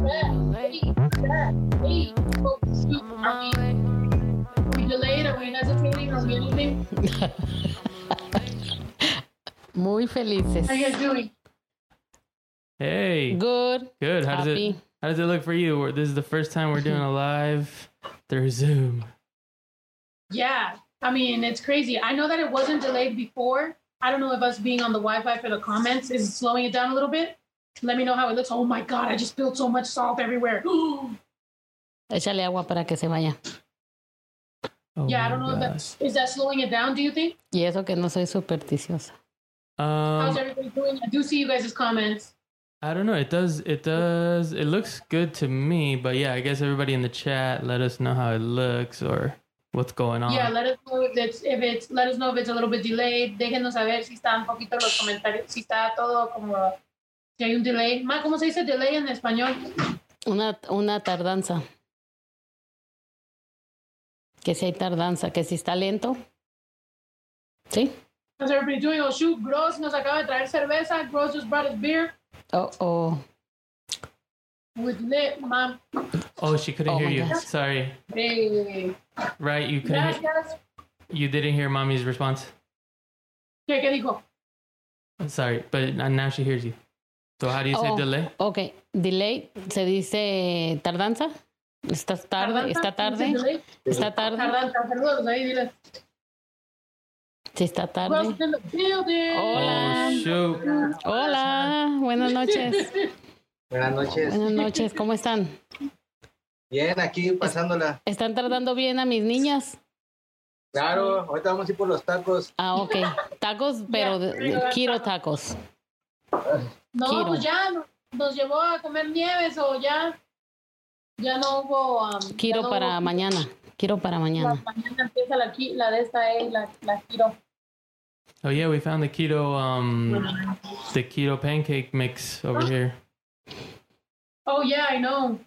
way. You know, I'm on my way. We delayed? Are we hesitating? Are we anything? Muy felices. How you guys doing? Hey, good. Good. How does it Happy. How does it look for you? We're- This is the first time we're doing a live through Zoom. Yeah. I mean, it's crazy. I know that it wasn't delayed before. I don't know if us being on the Wi Fi for the comments is slowing it down a little bit. Let me know how it looks. Oh my God, I just spilled so much salt everywhere. Échale agua para que se vaya. Oh yeah, I my don't know if gosh. that's, is that slowing it down, do you think? Y eso que no soy supersticiosa. How's Um, everybody doing? I do see you guys' comments. I don't know. It does. It does. It looks good to me. But yeah, I guess everybody in the chat, let us know how it looks or what's going on. Yeah, let us know if it's, if it's, let us know if it's a little bit delayed. Déjenos saber si está un poquito los comentarios, si está todo como, si hay un delay. Ma, ¿cómo se dice delay en español? Una, una tardanza. Que si hay tardanza, que si está lento. ¿Sí? How's everybody doing? Oh shoot, Gross nos acaba de traer cerveza. Gross just brought his beer Oh, oh. with lit, mom. oh, she couldn't Oh hear my you. gosh. Sorry. Hey. Right, you couldn't. Hear, eh, Gracias. you didn't hear mommy's response. ¿Qué, ¿Qué dijo? I'm sorry, but now she hears you. So how do you say Oh. delay? Ok. Delay se dice tardanza. Estás tarde, Tardanza, está tarde, delay. está tarde, Tardanza, saludos ahí, diles. sí está tarde. Gross in the building. Hola. Oh shoot! Hola, buenas noches. Buenas noches. Buenas noches, ¿cómo están? Bien, aquí pasándola. ¿Están tardando bien a mis niñas? Claro, ahorita vamos a ir por los tacos. Ah, ok. Tacos, pero de- de- quiero tacos. No, Quiero. pues ya no- nos llevó a comer nieves o ya, ya no hubo. um, ya Quiero no para hubo- mañana. Quiero para la- mañana. mañana empieza la, qui- la de esta, eh, la, la Kiro. Oh yeah, we found the keto um the keto pancake mix over here. Oh, yeah, I know.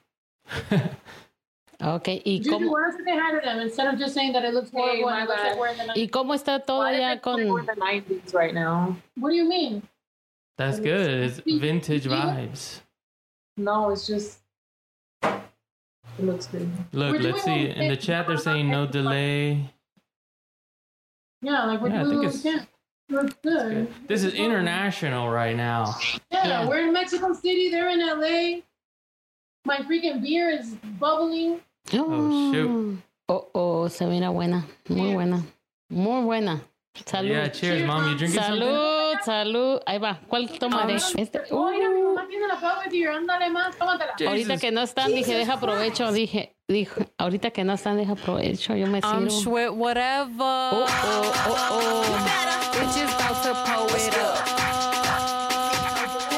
Ah, Ok, ¿y Gigi, cómo, why don't you say hi to them instead of just saying that it looks horrible my and it looks bad. like we're in the night? ¿y cómo está todo Why ya does it Oh, feel con...? like we're in the 90s right now? What do you mean? That's good. It's vintage vibes. No, it's just it looks good. Look, We're let's doing see. all In the this. chat, they're saying no delay. Yeah, like we're Yeah, I doing think what we it's- can. We're good. This is international right now. Yeah, Yeah. we're in Mexico City. They're in LA. My freaking beer is bubbling. Oh, shoot. Oh, oh, se mira buena, muy buena, muy buena. Salud. Yeah, cheers, mom. You drinking something? Salud, salud. Ahí va. ¿Cuál tomaré? Este- oh, mira, mi Uh, mamá tiene la pava beer. Ándale más, tómatela. ahorita Jesus. que no están, dije, deja provecho. Dije, dijo, ahorita que no están, deja provecho. Yo me I'm sirvo. Schwit, whatever. Oh, oh, oh, Bitches about to pull it up.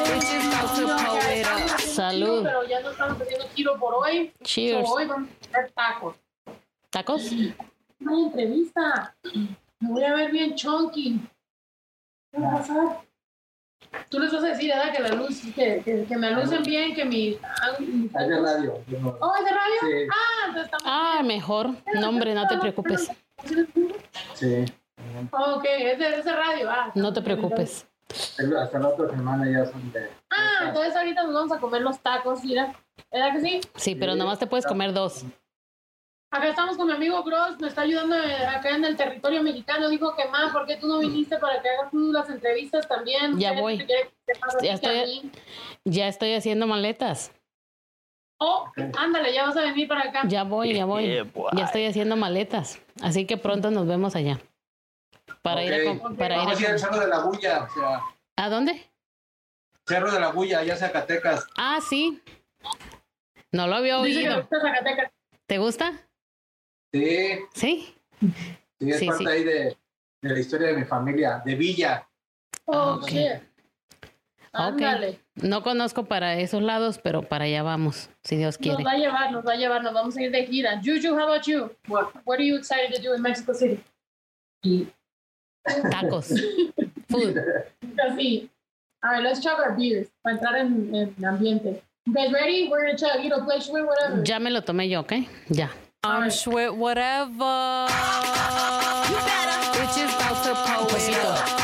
Bitches about to pull it up. oh. Salud. Pero ya no estamos haciendo tiro por hoy. Cheers. So hoy vamos a hacer tacos. ¿Tacos? Una entrevista. Me voy a ver bien chunky. ¿Qué va a pasar? Tú les vas a decir, ¿verdad? Que la luz, que, que, que me alucen bien, que mi... ah, mi- Haz de radio. Oh, ¿es de radio? Sí. Ah, entonces estamos... Ah, mejor. No, hombre, no te preocupes. Sí. oh, Ok, es de, es de radio. Ah, No te preocupes. El- Hasta la otra semana ya son de. Ah, entonces ahorita nos vamos a comer los tacos, mira. ¿Verdad que sí? Sí, pero nomás te puedes comer dos. Acá estamos con mi amigo Gross, me está ayudando eh, acá en el territorio mexicano. Dijo que, ma, ¿por qué tú no viniste para que hagas tú las entrevistas también? Mm. Ya Ustedes voy. que quieren que sepas así Ya que a estoy- mí. Ya estoy haciendo maletas. Oh, ándale, ya vas a venir para acá. Ya voy, ya voy. Ya estoy haciendo maletas. Así que pronto nos vemos allá. Para ir a, Ok. com- para ir a Vamos a ir al Cerro de la Bulla, o sea, ¿A dónde? Cerro de la Bulla, allá en Zacatecas. Ah, sí. No lo había Dice que le oído. gusta Zacatecas. ¿Te gusta? Sí, Sí. sí, es Sí, parte sí. ahí de, de la historia de mi familia, de Villa. Oh, Ah, Ok. shit. Ándale. No conozco para esos lados, pero para allá vamos, si Dios quiere. Nos va a llevar, nos va a llevar, nos vamos a ir de gira. Juju, how about you? What, what are you excited to do in Mexico City? Tacos. Food. Así. All right, let's chug our beers para entrar en, en ambiente. You guys ready? We're gonna chug, you know, play shit, whatever. Ya me lo tomé yo, ¿ok? Ya. I'm Schwit, whatever. Bitches about to pull it up.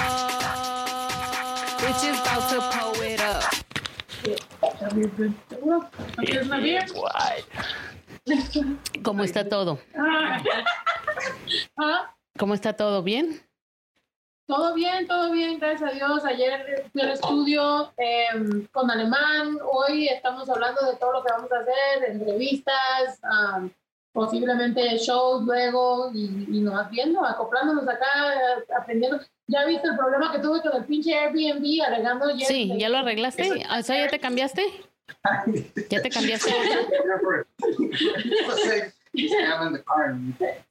Bitches about to pull it up. beer, but well, here's my beer. ¿Cómo está todo? Ah. Ah, ¿Cómo está todo? ¿Bien? Todo bien, todo bien, gracias a Dios. Ayer fui al estudio em, con Alemán. Hoy estamos hablando de todo lo que vamos a hacer, entrevistas, am, posiblemente shows luego y, y nomás viendo, acoplándonos acá, aprendiendo. ¿Ya viste el problema que tuve con el pinche Airbnb agregando Sí, ¿ya lo arreglaste? O sea, ¿ya te cambiaste? ¿Ya te cambiaste?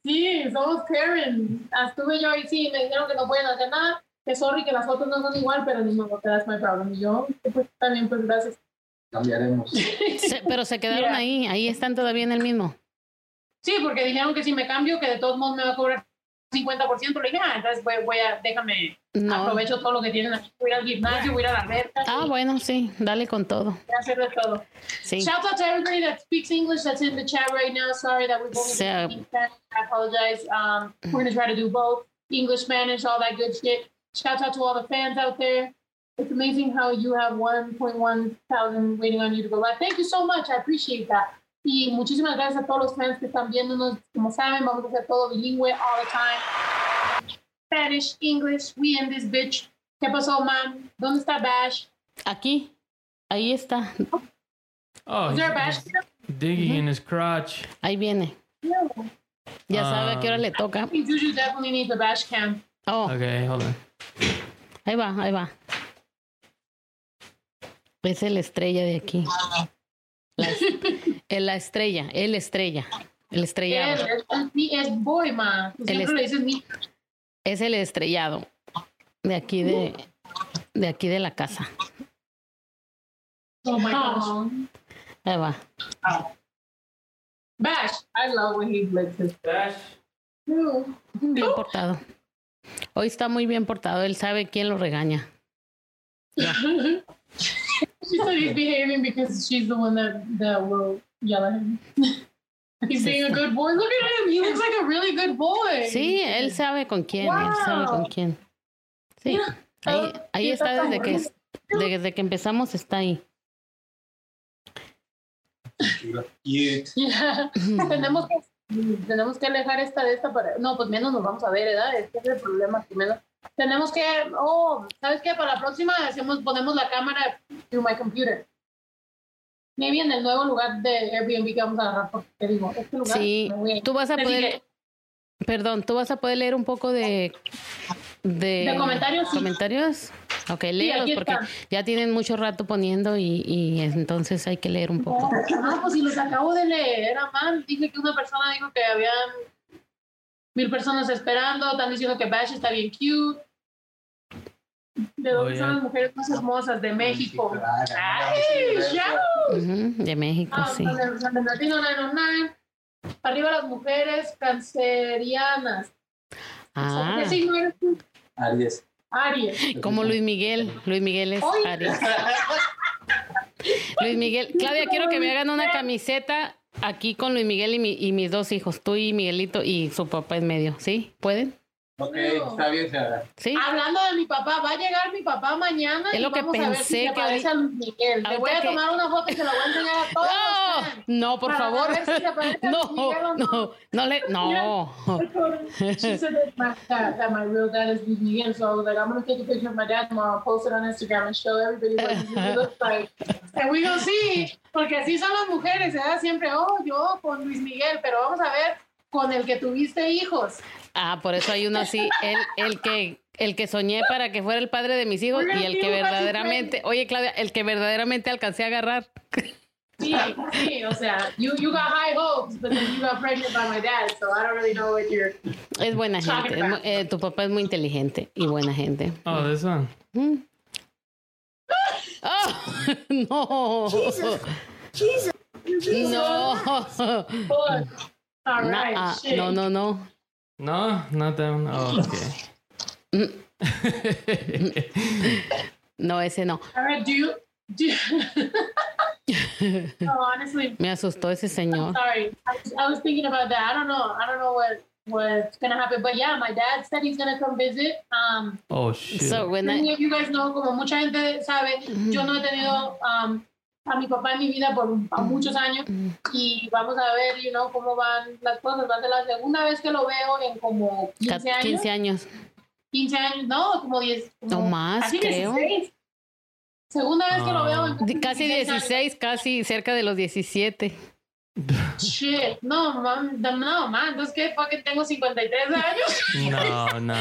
Sí, somos Karen. Estuve yo ahí, sí, me dijeron que no pueden hacer nada, que sorry, que las fotos no son igual, pero ni modo, que that's my problem. Y yo, pues también, pues gracias. Cambiaremos. Se- pero se quedaron Mira. ahí, ahí están todavía en el mismo. Sí, porque dijeron que si me cambio, que de todos modos me va a cobrar 50%. Le dije, ah, entonces voy, voy a, déjame, No. aprovecho todo lo que tienen aquí. Voy a ir al gimnasio, voy a ir a la alberca, Ah, y bueno, sí, dale con todo. voy a hacer de todo. Sí. Shout out to everybody that speaks English that's in the chat right now. Sorry that we've only So- been speaking Spanish. I apologize. Um, we're gonna try to do both English, Spanish, all that good shit. Shout out to all the fans out there. It's amazing how you have 1.1 thousand waiting on you to go live. Thank you so much. I appreciate that. Y muchísimas gracias a todos los fans que están viéndonos. Como saben, vamos a hacer todo bilingüe all the time. Spanish, English, we in this bitch. ¿Qué pasó, man? ¿Dónde está Bash? Aquí, ahí está, Oh, Is there a Bash? he's here? digging in his crotch. ahí viene. No. Ya sabe a qué hora Ah. le toca. We do definitely need the Bash cam. Oh, Okay, hold on. ahí va, ahí va. Es el estrella de aquí. La, es- eh, la estrella, el estrella, el estrellado. Él es- sí, es boy, ma. Tú Él siempre es- le dices mi. Es el estrellado de aquí de, de aquí de la casa. Oh my gosh. Aw. Ahí va. Bash. I love when he licks his Oh, Bash. Ew. Bien portado. Hoy está muy bien portado. Él sabe quién lo regaña. She said he's behaving because she's the one that, that will yell at him. he's being a good boy. Look at him. He looks like a really good boy. Sí, él sabe con quién. Él sabe con quién. Sí. Ahí, ahí está desde que, es- desde que empezamos, está ahí. Cute. Yeah. tenemos, que, tenemos que alejar esta de esta para... No, pues menos nos vamos a ver, ¿verdad? Este es el problema. que menos- Tenemos que... Oh, ¿sabes qué? Para la próxima hacemos, ponemos la cámara through my computer. Maybe en el nuevo lugar de Airbnb que vamos a agarrar, porque te digo, este lugar... Sí. me voy a ir. Tú vas a Te poder. dije, Perdón, tú vas a poder leer un poco de. De, De comentarios, sí. ¿Comentarios? Ok, léelos aquí porque está. ya tienen mucho rato poniendo y, y entonces hay que leer un poco. Ah, pues si los acabo de leer, mal. Dije que una persona dijo que habían mil personas esperando, están diciendo que Bash está bien cute. ¿De dónde Oye. son las mujeres más hermosas? De México. Claro, ¡Ay, sí, ya! Ujú, de México, Ah, sí. son de- son de Latino 909. Arriba las mujeres cancerianas. Ah, ¿Qué signo eres tú? Aries. Aries. como Luis Miguel. Luis Miguel es Oye. Aries. Luis Miguel, Claudia, quiero que me hagan una camiseta aquí con Luis Miguel y, mi- y mis dos hijos, tú y Miguelito y su papá en medio, ¿sí? ¿Pueden? Ok, está bien, Sara. ¿Sí? Hablando de mi papá, va a llegar mi papá mañana. Es y lo que vamos a ver si pensé se que parece a Luis Miguel. Le voy ahorita a que- tomar una foto y se la voy a enseñar a todos. los No, fans. no, por Para favor. ver si le parece a Luis Miguel No, o no, no le, no. she said that my, dad, that my real dad is Luis Miguel. So I was like, I'm going to take a picture of my dad tomorrow, I'll post it on Instagram, and show everybody what he really looks like. And we go see, porque así son las mujeres, ¿verdad? Siempre, oh, yo con Luis Miguel, pero vamos a ver con el que tuviste hijos. Ah, por eso hay uno así, el, el que, el que soñé para que fuera el padre de mis hijos y el que verdaderamente, oye Claudia, el que verdaderamente alcancé a agarrar. Sí, sí, o sea, you, you got high hopes, but then you got pregnant by my dad, so I don't really know what you're... Es buena gente, es mu- eh, tu papá es muy inteligente y buena gente. Oh, this one. Mm. ¡Ah! no. No. All No, right, ah, shit. no, no, no. No, not that one. Oh, okay. No, ese no. All right, do you... Do no, honestly, Me asustó ese I'm señor. sorry. I was, I was thinking about that. I don't know. I don't know what what's gonna happen. But yeah, my dad said he's gonna come visit. Um, oh shit. So when I- Mm-hmm. many of you guys know, como mucha gente sabe, yo no he tenido um, a mi papá en mi vida por un- pa- muchos años Mm-hmm. y vamos a ver, you know, cómo van las cosas. Va a ser la segunda vez que lo veo en como 15 Ca- años. 15 años. 15 años, no, como 10. No como- más, casi creo. 16. Segunda vez que lo veo en Ah. Di- Casi 16, casi cerca de los 17. Shit, no, mam, no, no, man, entonces que fucking tengo 53 años. No, no.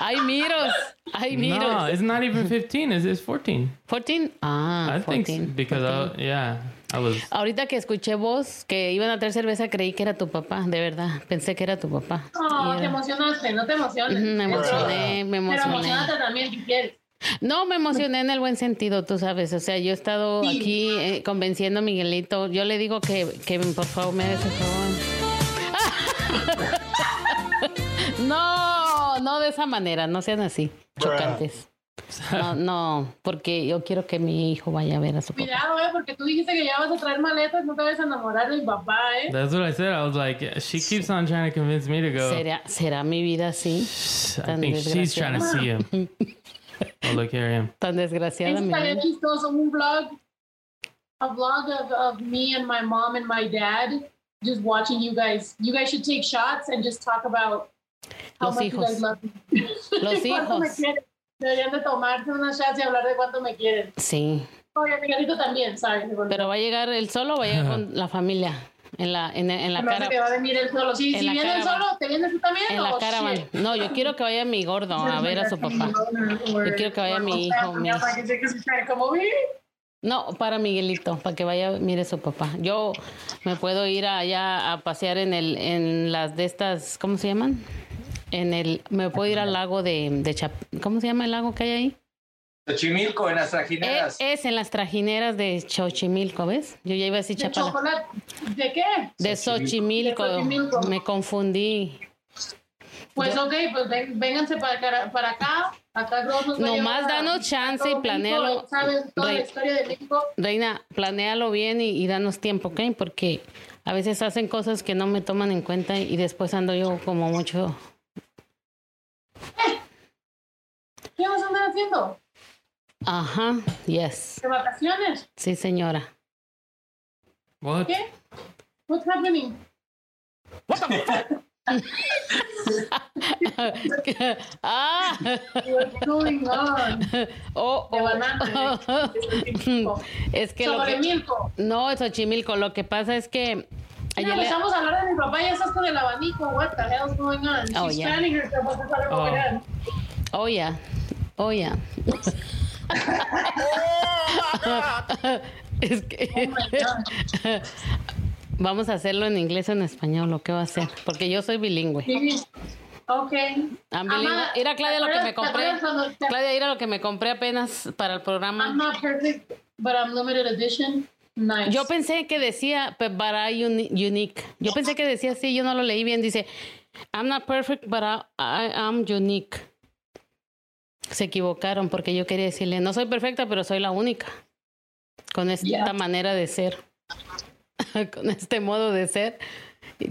Ay, miros. Ay, No, miros. it's not even 15. It's, it's 14. 14. Ah, I think 14. s- because, I, yeah, I was. Ahorita que escuché vos que iban a traer cerveza, creí que era tu papá, de verdad. Pensé que era tu papá. No, Y te era- emocionaste, no te emociones. Ujú, me emocioné, me Pero emocioné. emocionate también si quieres. No, me emocioné en el buen sentido, tú sabes. O sea, yo he estado Sí. aquí eh, convenciendo a Miguelito. Yo le digo que, que por favor, me des el favor. No, no de esa manera, no sean así, chocantes. No, no, porque yo quiero que mi hijo vaya a ver a su papá. Cuidado, eh, porque tú dijiste que ya vas a traer maletas, no te vas a enamorar de mi papá, eh. That's what I said. I was like, she keeps on trying to convince me to go. ¿Será, será mi vida así? I think she's trying to see him. oh, look, here I am. Tan desgraciada Eso mi estaría vida. chistoso, un vlog, a vlog of, of me and my mom and my dad just watching you guys. You guys should take shots and just talk about how Los much you hijos. guys love me. Los ¿Cuánto me hijos. quieren? Deberían de tomarse unas shots y hablar de cuánto me quieren. Sí, Oye, Miguelito también, sorry. me volví. pero va a llegar él solo o va a llegar con la familia en la, en, en la Me parece cara. que va a venir él solo. Sí, En si la viene él cara solo, ¿te vienes tú también? En o la cara van. Oh, shit? No, yo quiero que vaya mi gordo a ver a su papá. Yo quiero que vaya mi hijo, mi hijo. Como vi. No, para Miguelito, para que vaya, mire a su papá. Yo me puedo ir allá a pasear en el, en las de estas, ¿cómo se llaman? En el, me puedo ir al lago de, de Chap- ¿cómo se llama el lago que hay ahí? Xochimilco, en las Es, trajineras. es en las trajineras de Xochimilco, ¿ves? Yo ya iba a decir ¿De Chapala. chocolate? ¿De qué? De Xochimilco, De Xochimilco. me confundí. Pues ok, pues ven- vénganse para acá, para acá. acá todos nos va a Nomás llevar a- danos chance y todo México, planéalo. ¿Saben toda la Rey. historia de México? Reina, planéalo bien y, y danos tiempo, ¿ok? Porque a veces hacen cosas que no me toman en cuenta y después ando yo como mucho. ¿Qué vas a andar haciendo? Ajá, yes. ¿De vacaciones? Sí, señora. What? ¿Qué? What's happening? ah, What's going on? oh, De oh. banana. es que lo Sobre que. Milko. No, es Xochimilco. Lo que pasa es que. Ya Ayer le- empezamos a hablar de mi papá y estás con el abanico. What the hell's going on? Oh, She's yeah. fanning herself. What's going Oh. on? Oh, yeah. Oh, yeah. es Oh, que. Vamos a hacerlo en inglés o en español, lo que va a hacer. Porque yo soy bilingüe. Sí. Okay. I'm bilingüe. Ama, Mira, Claudia, lo que me ¿te acuerdas- compré. te acuerdas cuando- Claudia, mira lo que me compré apenas para el I'm programa. not perfect, but I'm limited edition. Nice. Yo pensé que decía but I uni- unique. Yo pensé que decía así, yo no lo leí bien. Dice, I'm not perfect, but I, I am unique. Se equivocaron porque yo quería decirle, no soy perfecta, pero soy la única. Con esta Yeah. manera de ser, con este modo de ser,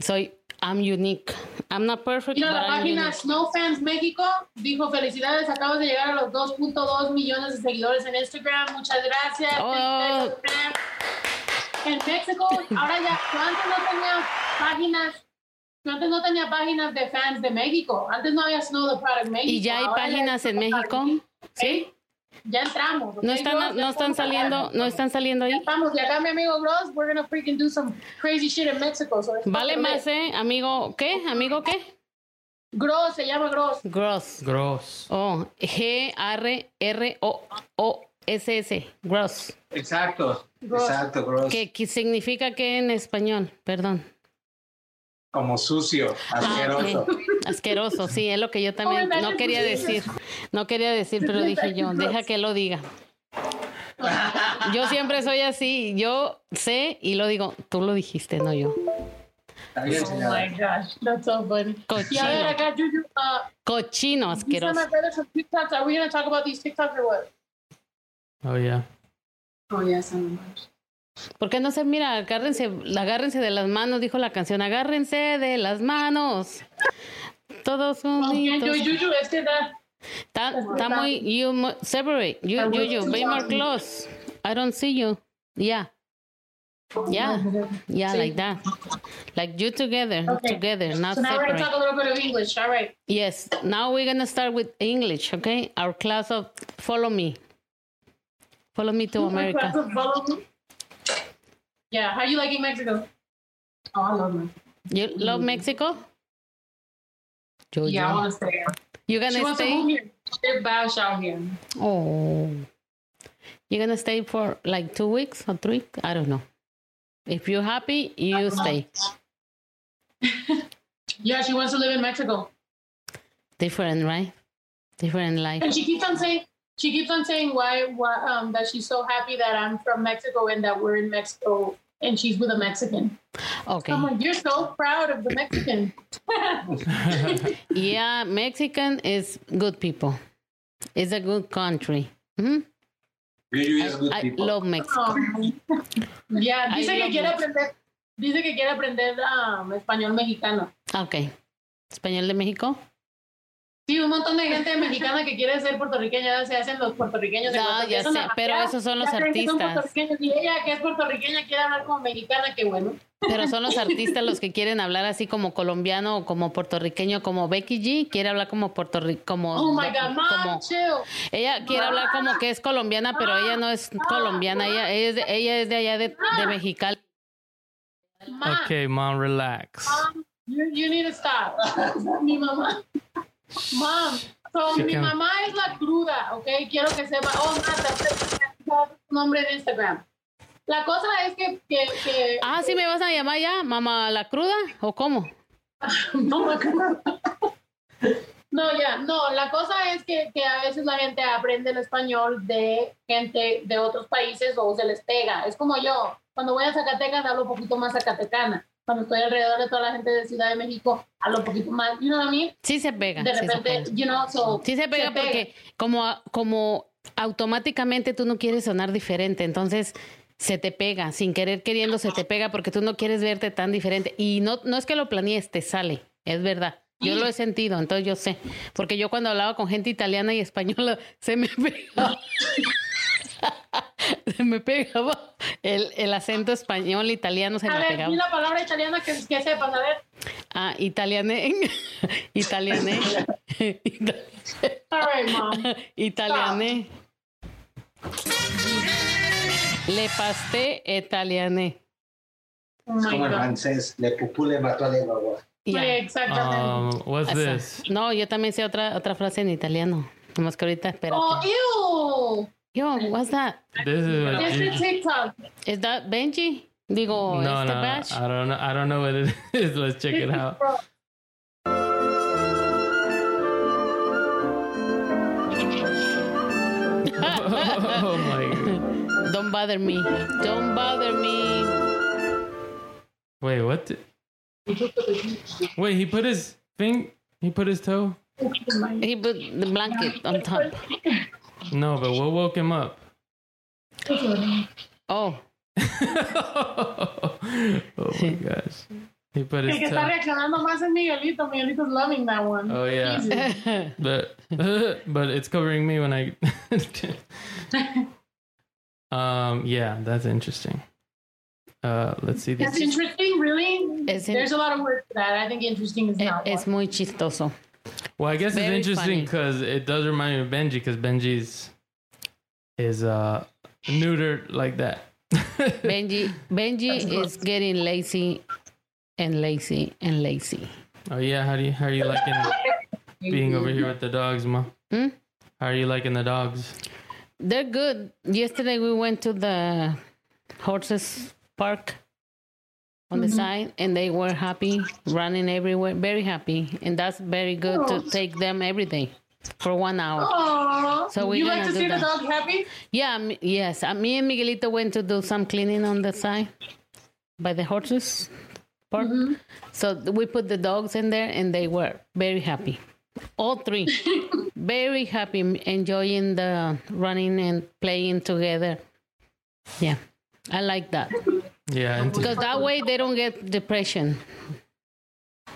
soy I'm unique. I'm not perfect, Mira, but la I'm página unique. Snowfans México dijo felicidades, acabas de llegar a los 2.2 millones de seguidores en Instagram, muchas gracias. Oh. En México, ahora ya, yo antes no tenía páginas, yo antes no tenía páginas de fans de México, antes no había Snow the Product México. Y ya hay ahora páginas en México. ¿Sí? Ya entramos. ¿ok? No Yo- están, ya no están estamos acá. saliendo, no están saliendo ahí. Vamos, y acá mi amigo Gross, we're gonna freaking do some crazy shit in Mexico. so it's Vale fucking más, lit. ¿eh? Amigo, ¿qué? ¿Amigo qué? Gross, se llama Gross. Gross. Gross. Oh, G-R-R-O-O-S-S. Gross. Exacto. Gross. Exacto, gross. ¿Qué, qué significa que en español? Perdón. Como sucio, Ah, asqueroso. Asqueroso, sí, es lo que yo también Oh, no quería decir. No quería decir, pero dije yo, deja que lo diga. Yo siempre soy así, yo sé y lo digo, tú lo dijiste, no yo. Está bien, Oh my señora. gosh, that's so funny. Y a ver, Cochino, acá, Juju, uh, cochino you sent my asqueroso. brother some TikToks. Are we going to talk about these TikToks or what? Oh, yeah. Oh, yes, I'm much. ¿Por qué no se mira? Agárrense, agárrense de las manos, dijo la canción. Agárrense de las manos. Todos Okay, juntos. yo, Juju, es que that, Está, está muy. You mu- separate. You, you, you. Be more close. I don't see you. Yeah. Yeah. Yeah, So like you- that. Like you together, Okay. together, not So now we're separate. gonna talk a little bit of English. All right. Yes, now we're gonna start with English, okay? Our class of follow me. Follow me to America. Yeah. How you liking Mexico? Oh, I love Mexico. You love Mexico? Yo, Yeah, I yo. want to stay here. You She gonna wants to move stay? here. They're bash out here. Oh. You're gonna stay for like two weeks or three? I don't know. If you're happy, you stay. Yeah, she wants to live in Mexico, Different, right? Different life. and she keeps on saying she keeps on saying why, why um that she's so happy that I'm from Mexico and that we're in Mexico and she's with a Mexican. Okay. I'm like, you're so proud of the Mexican. Yeah, Mexican is good people. It's a good country. hmm Really is good I people. love Mexico. Um, yeah, I dice que love quiere Mexico. aprender, dice que quiere aprender um, español mexicano. Okay. Español de México. Sí, un montón Pues de gente mexicana que quiere ser puertorriqueña, se hacen los puertorriqueños. de No, cuando ya empiezan sé, a pero rapear, esos son ya los creen que son artistas. puertorriqueños. Y ella, que es puertorriqueña, quiere hablar como mexicana, qué bueno. Pero son los artistas los que quieren hablar así como colombiano o como puertorriqueño, como Becky G quiere hablar como puertorriqueño, como, Oh my God, mom, como- chill. ella quiere hablar como que es colombiana, pero ella no es colombiana, ella, ella es, de, ella es de allá de, de Mexicali. Mom, Okay, mom, relax. mom, you, you need to stop. mi mamá. Mom, so Sí, mi que- mamá es la cruda, ¿ok? Quiero que sepa. Oh, Marta, nombre de Instagram. La cosa es que... que, que Ah, sí me vas a llamar ya, mamá la cruda o cómo? No, me acuerdo. No, ya, no, la cosa es que, que a veces la gente aprende el español de gente de otros países o se les pega. Es como yo, cuando voy a Zacatecas hablo un poquito más zacatecana. Cuando estoy alrededor de toda la gente de Ciudad de México hablo un poquito más, you know what I mean? Sí se pega. De sí se repente, pega. you know, so... Sí se pega porque como, como automáticamente tú no quieres sonar diferente, entonces se te pega, sin querer queriendo se te pega porque tú no quieres verte tan diferente. Y no, no es que lo planees, te sale, es verdad. Yo lo he sentido, entonces yo sé. Porque yo cuando hablaba con gente italiana y española, se me pegaba. se me pegaba el, el acento español, italiano, se A me ver, pegaba. di la palabra italiana que, que sepas, a ver. Ah, italiané. italiané. All right, mom. Italiané. Le pasté italiané. Oh Es my como el God. francés, le pupú le mató a la guagua. Ya. Sí, exactamente. Um, what's Esa. this? No, yo también sé otra, otra frase en italiano. Nomás que ahorita Oh, espérate. ew! Yo, what's that? This is what This you- is TikTok. Is that Benji? Digo, no, este no, ah. batch. I don't know. I don't know what it is. Let's check it out. oh my! God. Don't bother me. Don't bother me. Wait, what? the- Wait, he put his thing. He put his toe. He put the blanket on top. No, but what woke him up? Oh, oh my gosh! He put El que his está toe. reaccionando más es Miguelito. Miguelito's loving that one. Oh yeah, but but it's covering me when I. um. Yeah, that's interesting. Uh, let's see That's this. interesting, really? Es in- There's a lot of words for that. I think interesting is e- not es one. muy chistoso. Well, I guess it's Very interesting funny. because it does remind me of Benji because Benji's is uh neutered like that. Benji, Benji is getting lazy and lazy and lazy. oh yeah, how do you how are you liking being over here with the dogs, ma? Hmm? How are you liking the dogs? They're good. Yesterday we went to the horses park on the side and they were happy running everywhere, very happy. And that's very good to take them every day for one hour. Aw. So we're you like to gonna do see that. the dog happy? Yeah, m- yes. Uh, me and Miguelito went to do some cleaning on the side by the horses park. So th- we put the dogs in there and they were very happy. All three. very happy, m- enjoying the running and playing together. Yeah. I like that. Yeah, and Because that way they don't get depression.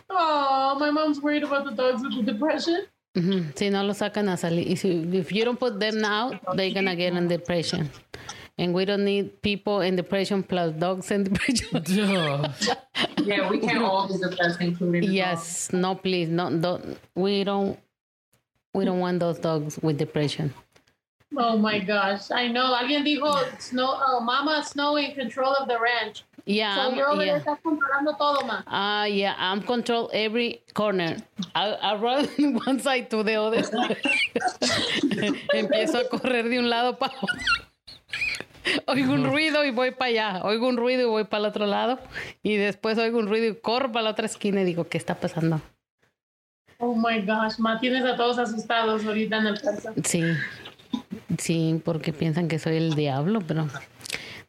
Oh, my mom's worried about the dogs with the depression. Mm-hmm. Ujú. Si no lo sacan a salir. y si- If you don't put them out, they're going to get in depression. and we don't need people and depression plus dogs and depression. Duh. Yeah, we can't all be depressed, including the dogs. yes, no, please, no, don't. We don't. We don't want those dogs with depression. Oh my gosh, I know. Alguien dijo, snow, oh, Mama Snow in control of the ranch. Yeah, Ah, So I'm- you're over there, yeah. estás controlando todo, ma. Ah, yeah, I'm control every corner. I, I run one side to the other. Empiezo a correr de un lado para otro. Oigo un ruido y voy para allá. Oigo un ruido y voy para el otro lado. Y después oigo un ruido y corro para la otra esquina y digo, ¿qué está pasando? Oh my gosh, ma, tienes a todos asustados ahorita en el casa. Sí, sí, porque piensan que soy el diablo, pero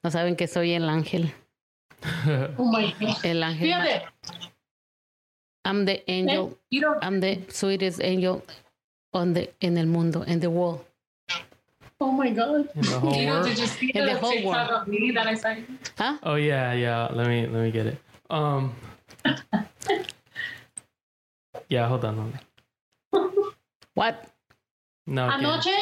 no saben que soy el ángel. Oh my gosh. El ángel. ma- Fíjate, ¿Eh? I'm the angel. you don't, I'm the sweetest angel on the, en el mundo, in the world. oh my god. In the whole You know, did world. you see And the, the whole TikTok world. of me that I sent? you? Huh? Oh yeah, yeah. Let me let me get it. Um. Yeah, hold on. Hold on. What? No. I can't. Anoche,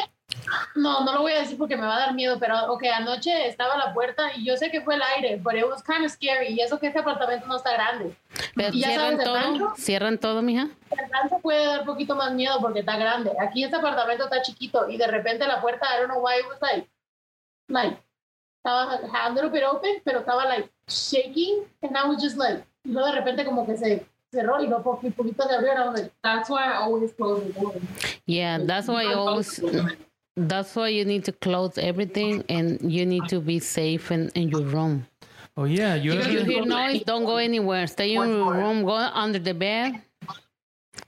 no, no lo voy a decir porque me va a dar miedo, pero ok, anoche estaba a la puerta y yo sé que fue el aire, pero it was kind of scary. Y eso que este apartamento no está grande. Pero Y ya cierran sabes, el todo, banco. cierran todo, mija. El rancho puede dar un poquito más miedo porque está grande. Aquí este apartamento está chiquito y de repente la puerta, I don't know why it was like, like, estaba a little bit open, pero estaba like shaking and I was just like, y luego de repente como que se cerró y luego un poquito se abrió. and I was like, That's why I always close the door. Yeah, that's why you always. That's why you need to close everything, and you need to be safe in, in your room. Oh yeah, you If you ever, hear noise, don't go anywhere. Stay in your room, go under the bed,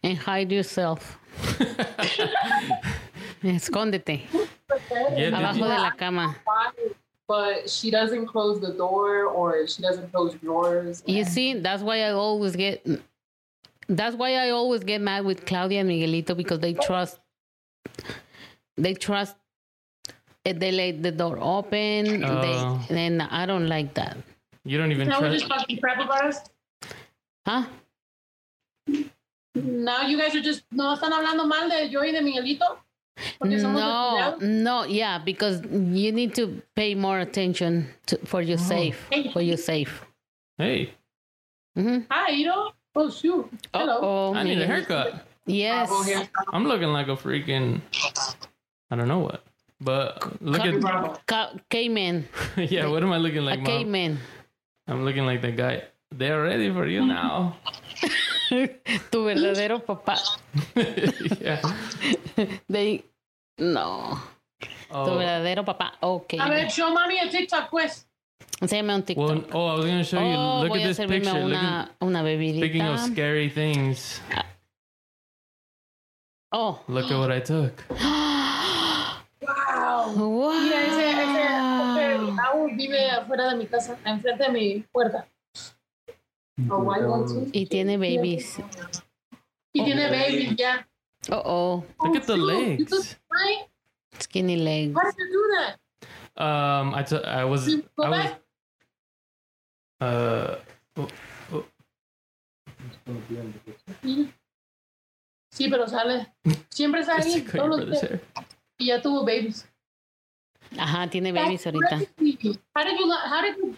and hide yourself. Escóndete yeah, did abajo you- de la cama. But she doesn't close the door or she doesn't close drawers. You see, that's why I always get. That's why I always get mad with Claudia and Miguelito because they trust. They trust. eh, They let the door open. Oh. They and I don't like that. you don't even now we're trust. just talking crap about us. Huh? Now you guys are just, no están hablando mal de yo y de Miguelito. Porque somos No, descuidados. no, yeah, because you need to pay more attention to, for Oh. your safe, for your safe. Hey, Mhm. Hi, you know? Oh, shoot. Hello. Oh, I need Miguel. a haircut. Yes, I'm looking like a freaking. I don't know what. But look at Ca- caveman, yeah. What am I looking a like, mom? caveman. I'm looking like the guy. They're ready for you now. Tu verdadero papá. yeah. They no. Tu Oh, verdadero papá. Ok. A ver, show mommy a TikTok, pues. Enséñame un TikTok. well, oh, I was gonna show you. oh, Look voy at a this servirme picture. Look una, at, una bebidita. speaking of scary things, oh. look at what I took. Wow. Wow. Mira, ese, ese, ese Raúl vive afuera de mi casa, enfrente de mi puerta. Mm, A white one too. Y tiene babies. Y tiene baby ya. Oh, oh. Oh, Look at the legs. Why? Skinny legs. Why did you do that? Um, I took. I was. You go I was. back? Uh, Sí, pero sale. Siempre está just to ahí, cut your todos los brother's días. hair. Y ya tuvo babies. Ajá, tiene babies ahorita. Crazy. How did you, lo- how did you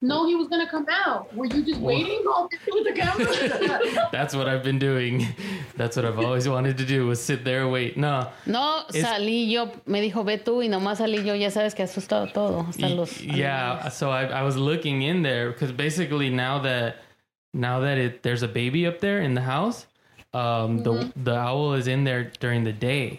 know he was going to come out? Were you just Well- waiting Oh, all day with the camera? That's what I've been doing. That's what I've always wanted to do was sit there and wait. No. No, Es- salí yo. Me dijo, ve tú. Y nomás salí yo. Ya sabes que asustado todo. Hasta Y- los. yeah so I, I was looking in there because basically now that now that it there's a baby up there in the house um the the owl is in there during the day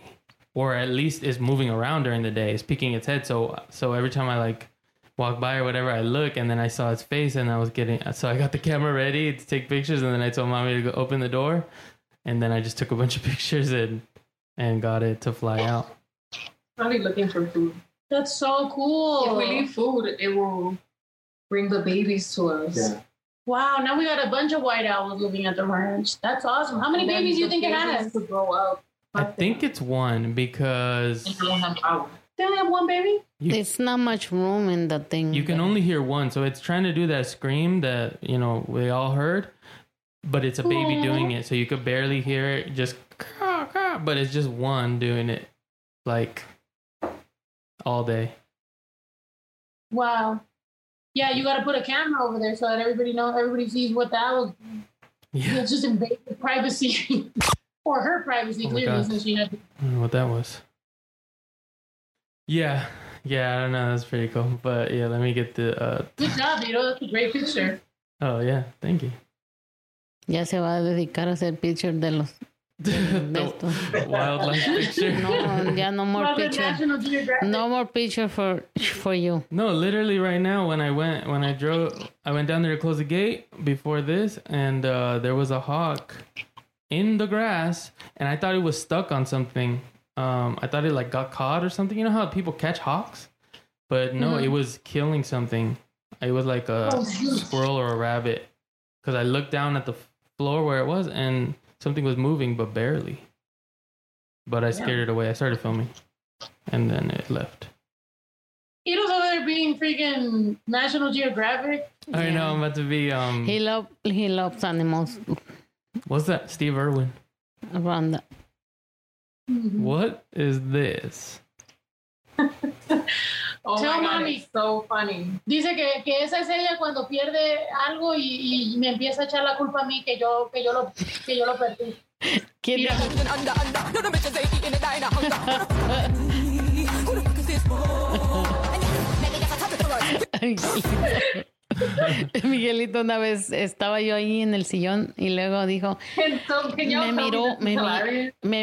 or at least is moving around during the day is peeking its head so so every time i like walk by or whatever i look and then i saw its face and i was getting so i got the camera ready to take pictures and then i told mommy to go open the door and then i just took a bunch of pictures and and got it to fly out Probably looking for food. That's so Oh, cool. If we leave food, it will bring the babies to us. Yeah. Wow, now we got a bunch of white owls living at the ranch. That's awesome. How many And then babies do you the think it babies has? To grow up. i think it's one because They don't have power. They only have one baby? There's not much room in that thing. You can only hear one, so it's trying to do that scream that you know we all heard, but it's a baby doing it, so you could barely hear it. Just, caw, caw, but it's just one doing it, like all day. Wow. Yeah, you got to put a camera over there so that everybody knows, everybody sees what the owl. Yeah. It's just invasive privacy or her privacy Oh my clearly God. since she had. I don't know what that was. Yeah. Yeah, I don't know. That's pretty cool. But yeah, let me get the. Uh, Good job, Vito. That's a great picture. oh, yeah. Thank you. Ya se va a dedicar a hacer picture de los de the estos. wildlife picture. No, ya no more Probably picture. National Geographic. No more picture for for you. No, literally right now when I went when I drove I went down there to close the gate before this and uh there was a hawk in the grass and I thought it was stuck on something. Um I thought it like got caught or something. You know how people catch hawks? But no, it was killing something. It was like a Oh, shoot. squirrel or a rabbit cuz I looked down at the floor where it was and something was moving but barely. But I scared it away. I started filming and then it left. Ito's over there being freaking National Geographic. I know I'm about to be um He love he loves animals What's that? Steve Irwin. around. The, Mm-hmm. What is this? Oh Tell my God, mommy. it's so funny. Dice que, que esa es ella cuando pierde algo y, y me empieza a echar la culpa a mí que yo, que yo, lo, que yo lo perdí. ¿Quién Mira. dijo? Under, under, no, no, bitches, they eating it, I ain't a hunger. Who the fuck is this? Miguelito una vez estaba yo ahí en el sillón y luego dijo Can, so, can y'all me tell miró me this is me,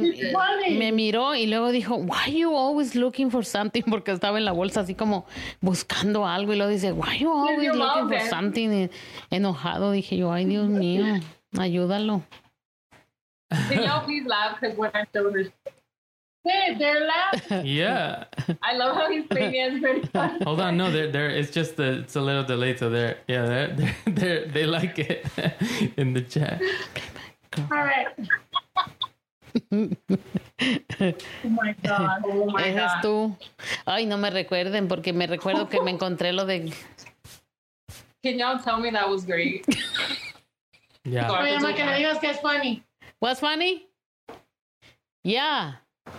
mi- hilarious? me- me miró y luego dijo why you always looking for something porque estaba en la bolsa así como buscando algo y luego dice why you always your looking mom for then. something Y enojado dije yo ay Dios mío ayúdalo Can y'all please laugh? Because when I showed her, Hey, they're Uh, laughing. Yeah. I love how he's singing. It's very Hold on. No, there, there. It's just the. It's a little delayed. So there. Yeah. They're, they're, they're, they like it in the chat. All right. oh my God. Oh my ese es tú ay no me recuerden porque me recuerdo que me encontré lo de Can y'all tell me that was great? Yeah. Oye, ma, que le digas que es funny. what's funny yeah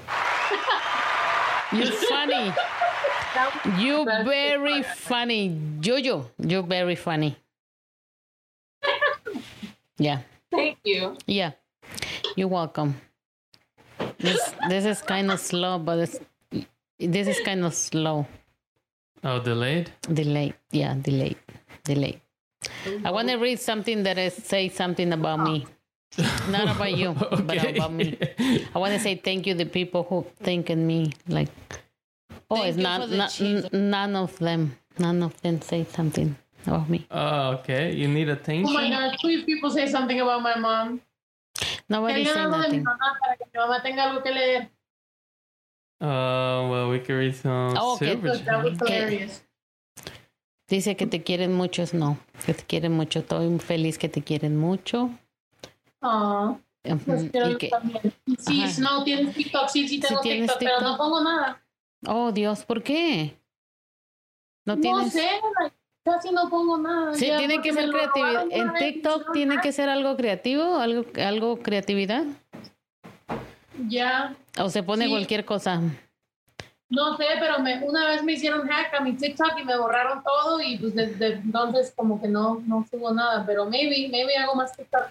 you're funny you very funny Yuyo you very funny yeah Thank you. Yeah, you're welcome. This this is kind of slow, but it's this is kind of slow. Oh, delayed. Delayed, yeah, delayed, delayed. I want to Mm-hmm. read something that is, say something about me, not about you, but about me. I want to say thank you the people who think in me like. Oh, Thank it's you not, for the not cheese. n- none of them. None of them say something about me. oh, okay. You need Oh my attention. God. Please, people say something about my mom. Que Nobody say lean algo de mi nothing. mamá para que mi mamá tenga algo que leer. Oh, well, we could read some Oh, okay. super Look, that chat. was hilarious. Dice que te quieren muchos, no. Que te quieren mucho. Estoy feliz que te quieren mucho. Aw, los Ujú, quiero Mm, y yo que- también. Y Sí, Ajá. no, tienes TikTok. Sí, sí, tengo tienes TikTok, pero no TikTok. pongo nada. oh Dios, ¿por qué? No, No tienes. sé, like, casi no pongo nada. Sí, ya, tiene porque que me ser lo creatividad. robaron En una vez y TikTok no, tiene ah, que ser algo creativo, algo, algo creatividad. Ya, O se pone Sí. cualquier cosa. no sé, pero me, una vez me hicieron hack a mi TikTok y me borraron todo y pues desde entonces como que no, no subo nada, pero maybe, maybe hago más TikTok.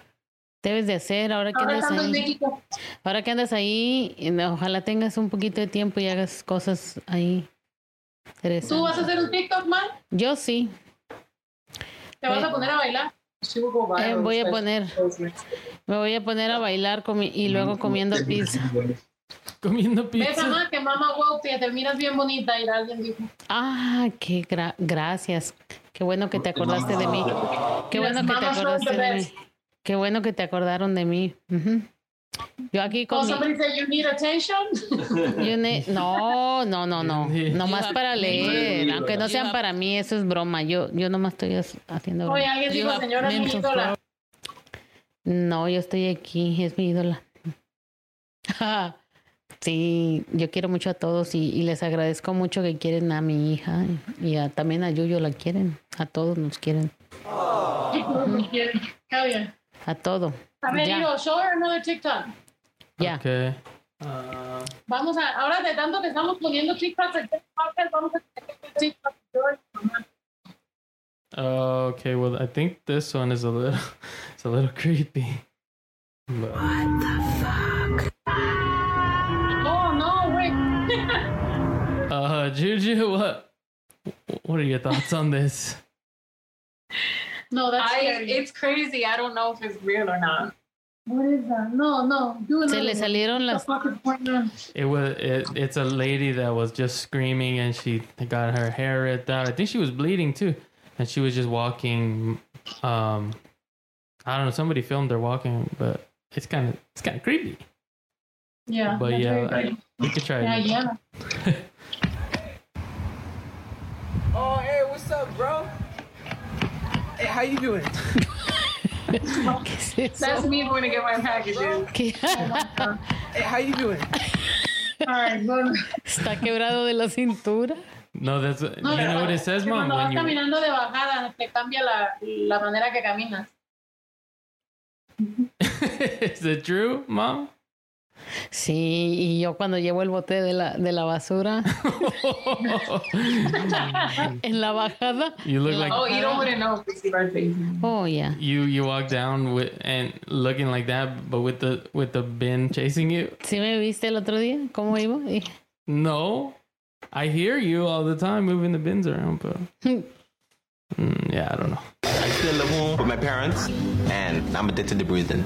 Debes de hacer ahora que Ahora andas estando en ahí. México. Ahora que andas ahí, y no, ojalá tengas un poquito de tiempo y hagas cosas ahí. ¿Tú vas a interesantes. hacer un TikTok, man? Yo sí. ¿Te vas Eh. a poner a bailar? She will go Eh, viral. voy a especially poner, those next- me voy a poner a bailar comi- y Mm. luego comiendo pizza. Comiendo Ves, pizza. mamá, que mamá, wow, te terminas bien bonita y alguien dijo, Ah, qué gra- gracias. Qué bueno que te acordaste de mí. Qué Las bueno que te mamas son acordaste the de mí. best. Qué bueno que te acordaron de mí. Ujú. Yo aquí oh, con mi- somebody said you need attention. yo ne- no, no, no, no. Sí. Nomás para leer, Sí. aunque no sean para mí, eso es broma. Yo yo nomás estoy as- haciendo Oye, broma. alguien You dijo, have señora, es mi mental ídola. No, yo estoy aquí, es mi ídola. Sí, yo quiero mucho a todos y, y les agradezco mucho que quieren a mi hija y a- también a Yuyo la quieren, a todos nos quieren, Está bien. a todo. A ver, Ya. Iro, show her another TikTok. Ya. Okay. Vamos a, ahora de tanto que estamos poniendo TikToks aquí en el podcast, vamos a tener que hacer TikToks Uh, Okay, well, I think this one is a little, it's a little creepy. But, Oh no, wait. uh, Juju, what, what are your thoughts on this? No, that's I, scary. it's crazy. I don't know if it's real or not. What is that? No, no. Do another Se le one. What salieron the las. fuck is going on? It was, it, it's a lady that was just screaming and she got her hair ripped out. I think she was bleeding too, and she was just walking. Um, I don't know. Somebody filmed her walking, but it's kind of, it's kind of creepy. Yeah. But that's yeah, very creepy. We could try. yeah, it. yeah. Oh, hey, what's up, bro? Hey, how you doing? ¿Qué es eso? That's me going to get my packages. ¿Qué? Hey, how you doing? All right, bueno. Está quebrado de la cintura. No, that's you No, know pero what it says, que mom. Cuando vas When you caminando de bajada, te cambia la, la manera que caminas. is it true, mom? Sí, y yo cuando llevo el bote de la, de la basura en la bajada. You look en la like- Oh, you don't bajada- want to know if we see our faces. Oh, yeah. you you walk down with and looking like that, but with the with the bin chasing you. ¿Sí me viste el otro día? ¿Cómo iba? Y- No, I hear you all the time moving the bins around, but Mm, yeah, I don't know. I still live home with my parents, and I'm addicted to breathing.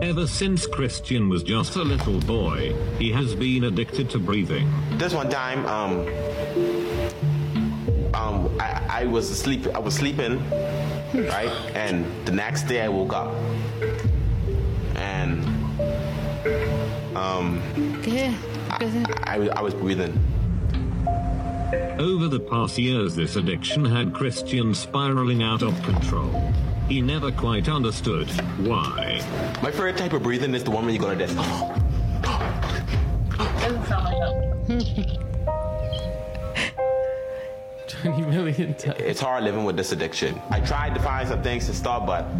Ever since Christian was just a little boy, he has been addicted to breathing. This one time, um, um, I, I was asleep. I was sleeping, right? And the next day, I woke up, and um, ¿Qué? ¿Qué se- I, I was breathing. Over the past years, this addiction had Christian spiraling out of control. He never quite understood why. My favorite type of breathing is the one when you go like this. Doesn't sound like that. Twenty million times. It's hard living with this addiction. I tried to find some things to stop, but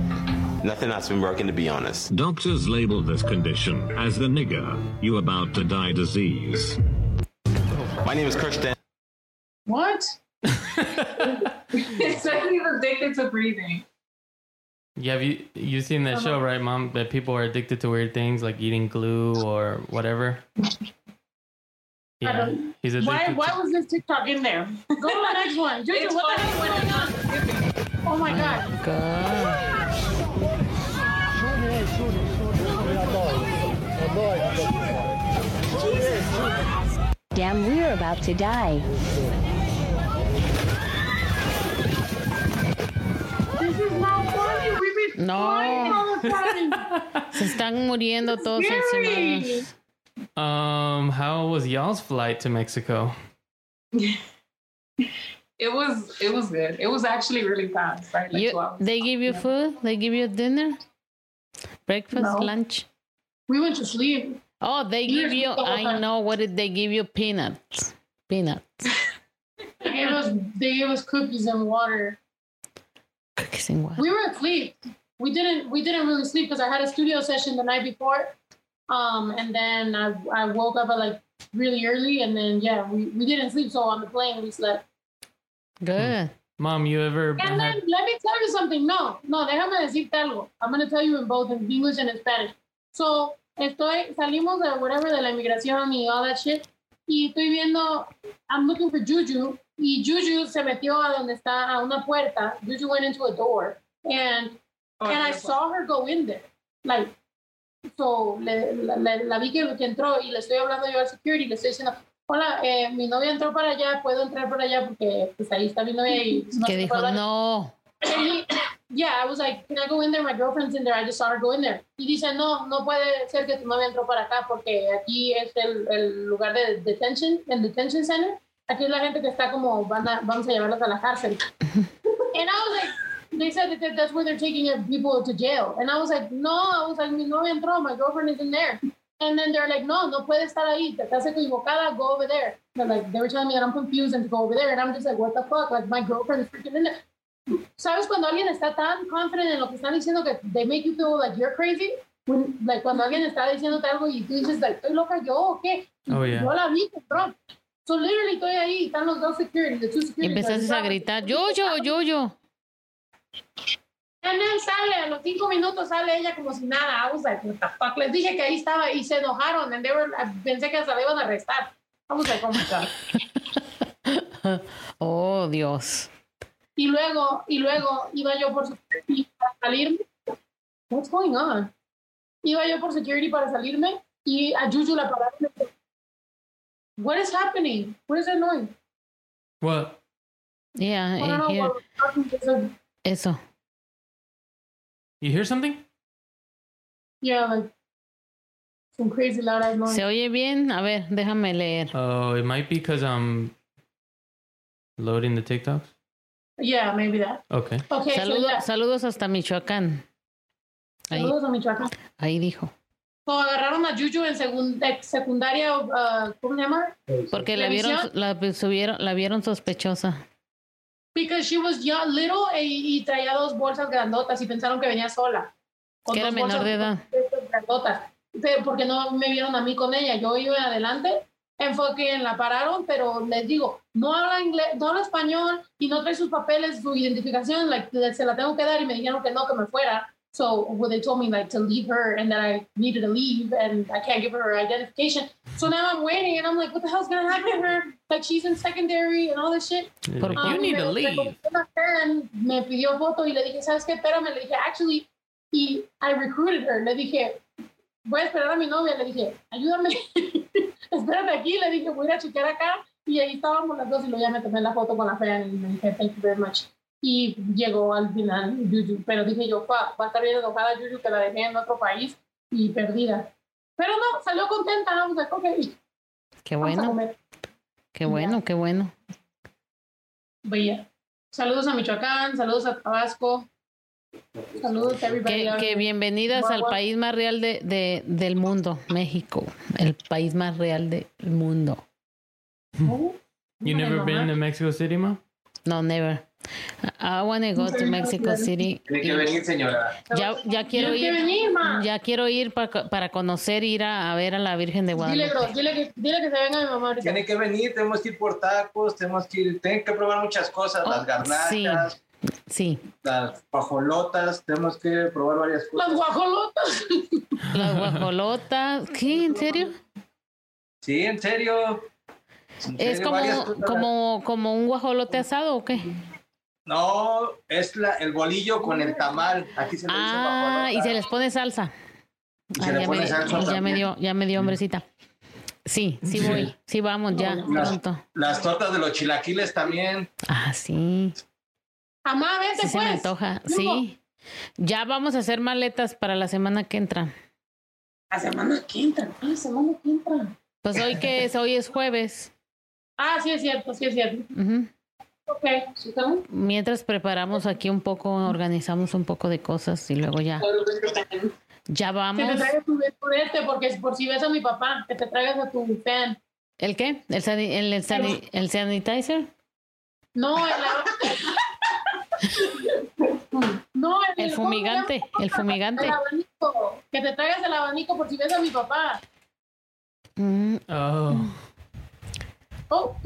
nothing has been working, to be honest. Doctors label this condition as the nigger, you about to die disease. My name is Christian. What? It says he's addicted to breathing. Yeah, have you you seen that show, right, mom? That people are addicted to weird things like eating glue or whatever. Yeah, don't- he's addicted. Why, why to- was this TikTok in there? Go to the next one. Juju, It's what the funny when it's heck is going on? Oh my god. God. Damn, we're about to die. This is not funny. We've been No. flying all the time. Se están muriendo todos encima. Scary. um, how was y'all's flight to Mexico? It was it was good. It was actually really fast, right? Like two You, hours. they give you food, they give you dinner, breakfast, No. lunch. We went to sleep. Oh, they You're give you. so I funny. know what did they give you? Peanuts, peanuts, They gave us, they gave us cookies and water. cookies and water. We were asleep. We didn't we didn't really sleep because I had a studio session the night before. Um and then I, I woke up at like really early and then yeah, we, we didn't sleep, so on the plane we slept. Good. Mom, you ever And had- then let me tell you something. No, no, déjame decirte algo. I'm going to tell you in both in English and in Spanish. So, estoy, salimos de whatever, de la inmigración y all that shit. Y estoy viendo, I'm looking for Juju. Y Juju se metió a donde está, a una puerta. Juju went into a door. And, Oh, and I yeah. saw her go in there. Like, so, le, la, la- la vi que, que entró y le estoy hablando yo al security. Le estoy diciendo, hola, eh, mi novia entró para allá. ¿Puedo entrar para allá? Porque pues, ahí está mi novia y no Que sé dijo hablar no. yeah, I was like, can I go in there? My girlfriend's in there. I just saw her go in there. Y dice, no, no puede ser que tu novia entró para acá porque aquí es el, el lugar de detention, el detention center. Aquí es la gente que está como, van a, vamos a llevarlos a la cárcel. And I was like, they said that that's where they're taking people to jail. And I was like, no, I was like, mi novia entró, my girlfriend is in there. And then they're like, no, no puede estar ahí, te estás equivocada, go over there. They're like, they were telling me that I'm confused and to go over there. And I'm just like, what the fuck? Like, my girlfriend is freaking in there. ¿Sabes cuando alguien está tan confident en lo que están diciendo que they make you feel like you're crazy? When- like cuando alguien está diciéndote algo y tú dices, like, ¿estoy loca yo o qué? Oh, yeah. Yo la vi, cabrón. So literally estoy ahí, están los dos security, the two Y security. empezaste a guards. gritar, yo, yo, yo, yo. And then sale, a los cinco minutos sale ella como si nada. I was like, what the fuck? Les dije que ahí estaba y se enojaron. And they were, pensé que hasta la iban a arrestar. I was like, oh my God. Oh, Dios. Y luego, y luego iba yo por security para salirme. What's going on? Iba yo por security para salirme y a Juju la pararon. y le dijo, What is happening? What is that noise? What? Yeah, I don't know eh, here. what was happening. There's a- Eso. You hear something? Yeah, like some crazy loud ass noise. ¿Se oye bien? A ver, déjame leer. Oh, it might be because I'm loading the TikToks. Yeah, maybe that. Okay. Okay, so Saludo- yeah. Saludos hasta Michoacán. Ahí, Saludos a Michoacán. ahí dijo. So, agarraron a Juju en segun- de- secundaria, uh, ¿cómo se llama? Porque la vieron, Revisión. la, subieron, la vieron sospechosa. Because she was young, little e- y traía dos bolsas grandotas y pensaron que venía sola. Con Que era dos menor bolsas de edad. Grandotas. Pero porque no me vieron a mí con ella, yo iba adelante. Enfoque en la pararon, pero les digo, no habla inglés, no habla español y no trae sus papeles, su identificación, like, se la tengo que dar y me dijeron que no, que me fuera. So well, they told me like to leave her and that I needed to leave and I can't give her her identification. So now I'm waiting and I'm like, what the hell's gonna happen to her? Like she's in secondary and all this shit. Por- Ah, You need me- me to leave. contestó una fan, Me pidió foto y le dije, ¿sabes qué? Espérame, le dije, actually, y I recruited her. Le dije, voy a esperar a mi novia. Le dije, ayúdame, espérame aquí. Le dije, voy a ir a chequear acá. Y ahí estábamos las dos y luego ya me tomé la foto con la fan y le dije, thank you very much. Y llegó al final Yuyu, pero dije yo, "Fa, va a estar bien enojada Yuyu que la dejé en otro país y perdida. Pero no, salió contenta, vamos a comer. Qué Vamos a bueno, comer. qué bueno, qué bueno. Bella. Saludos a Michoacán, saludos a Tabasco. Saludos a everybody. Que, out que there. bienvenidas al Guagua. país más real de, de- del mundo, México. El país más real del mundo. Oh, You no, never no, been no. to Mexico City, ma? No, never. I wanna go to Mexico City. Tiene que venir, señora. Ya, ya quiero Tienes que ir. venir, ma. Ya quiero ir pa- para conocer, ir a, a ver a la Virgen de Dile, Guadalupe. bro, dile que, dile que se venga mi mamá ahorita. Tiene que venir, tenemos que ir por tacos, tenemos que ir, tienen que probar muchas cosas, Oh, las garnachas, sí. Sí, las pajolotas, tenemos que probar varias Las cosas. guajolotas. las guajolotas. ¿Qué? ¿En serio? Sí, en serio. En ¿Es serio, varias como, cosas. como, como un guajolote asado o qué? No, es la, el bolillo con el tamal. Aquí se le Ah, dice y guajolota. se les pone salsa. Y se Ah, le ya, pone me, salsa ya me también. dio, ya me dio hombrecita. Sí, sí Sí. voy, sí vamos ya Las, pronto. las tortas de los chilaquiles también. Ah, sí, Mamá, vente sí pues. se me antoja, sí. Ya vamos a hacer maletas para la semana que entra. La semana que entra. Ah, la semana que entra. Pues hoy que es, hoy es jueves. Ah, sí es cierto, sí es cierto. Ujú. Ok. ¿sí está bien? Mientras preparamos aquí un poco, organizamos un poco de cosas y luego ya, Que ya te vamos. traigas tu tu este, porque es por si ves a mi papá, que te traigas a tu fan. ¿El qué? ¿El, sani- el, el sani- el sanitizer? No, el No, el, ¿cómo El se llama? fumigante, el fumigante. El abanico. Que te traigas el abanico por si ves a mi papá. Mm, Oh. Oh,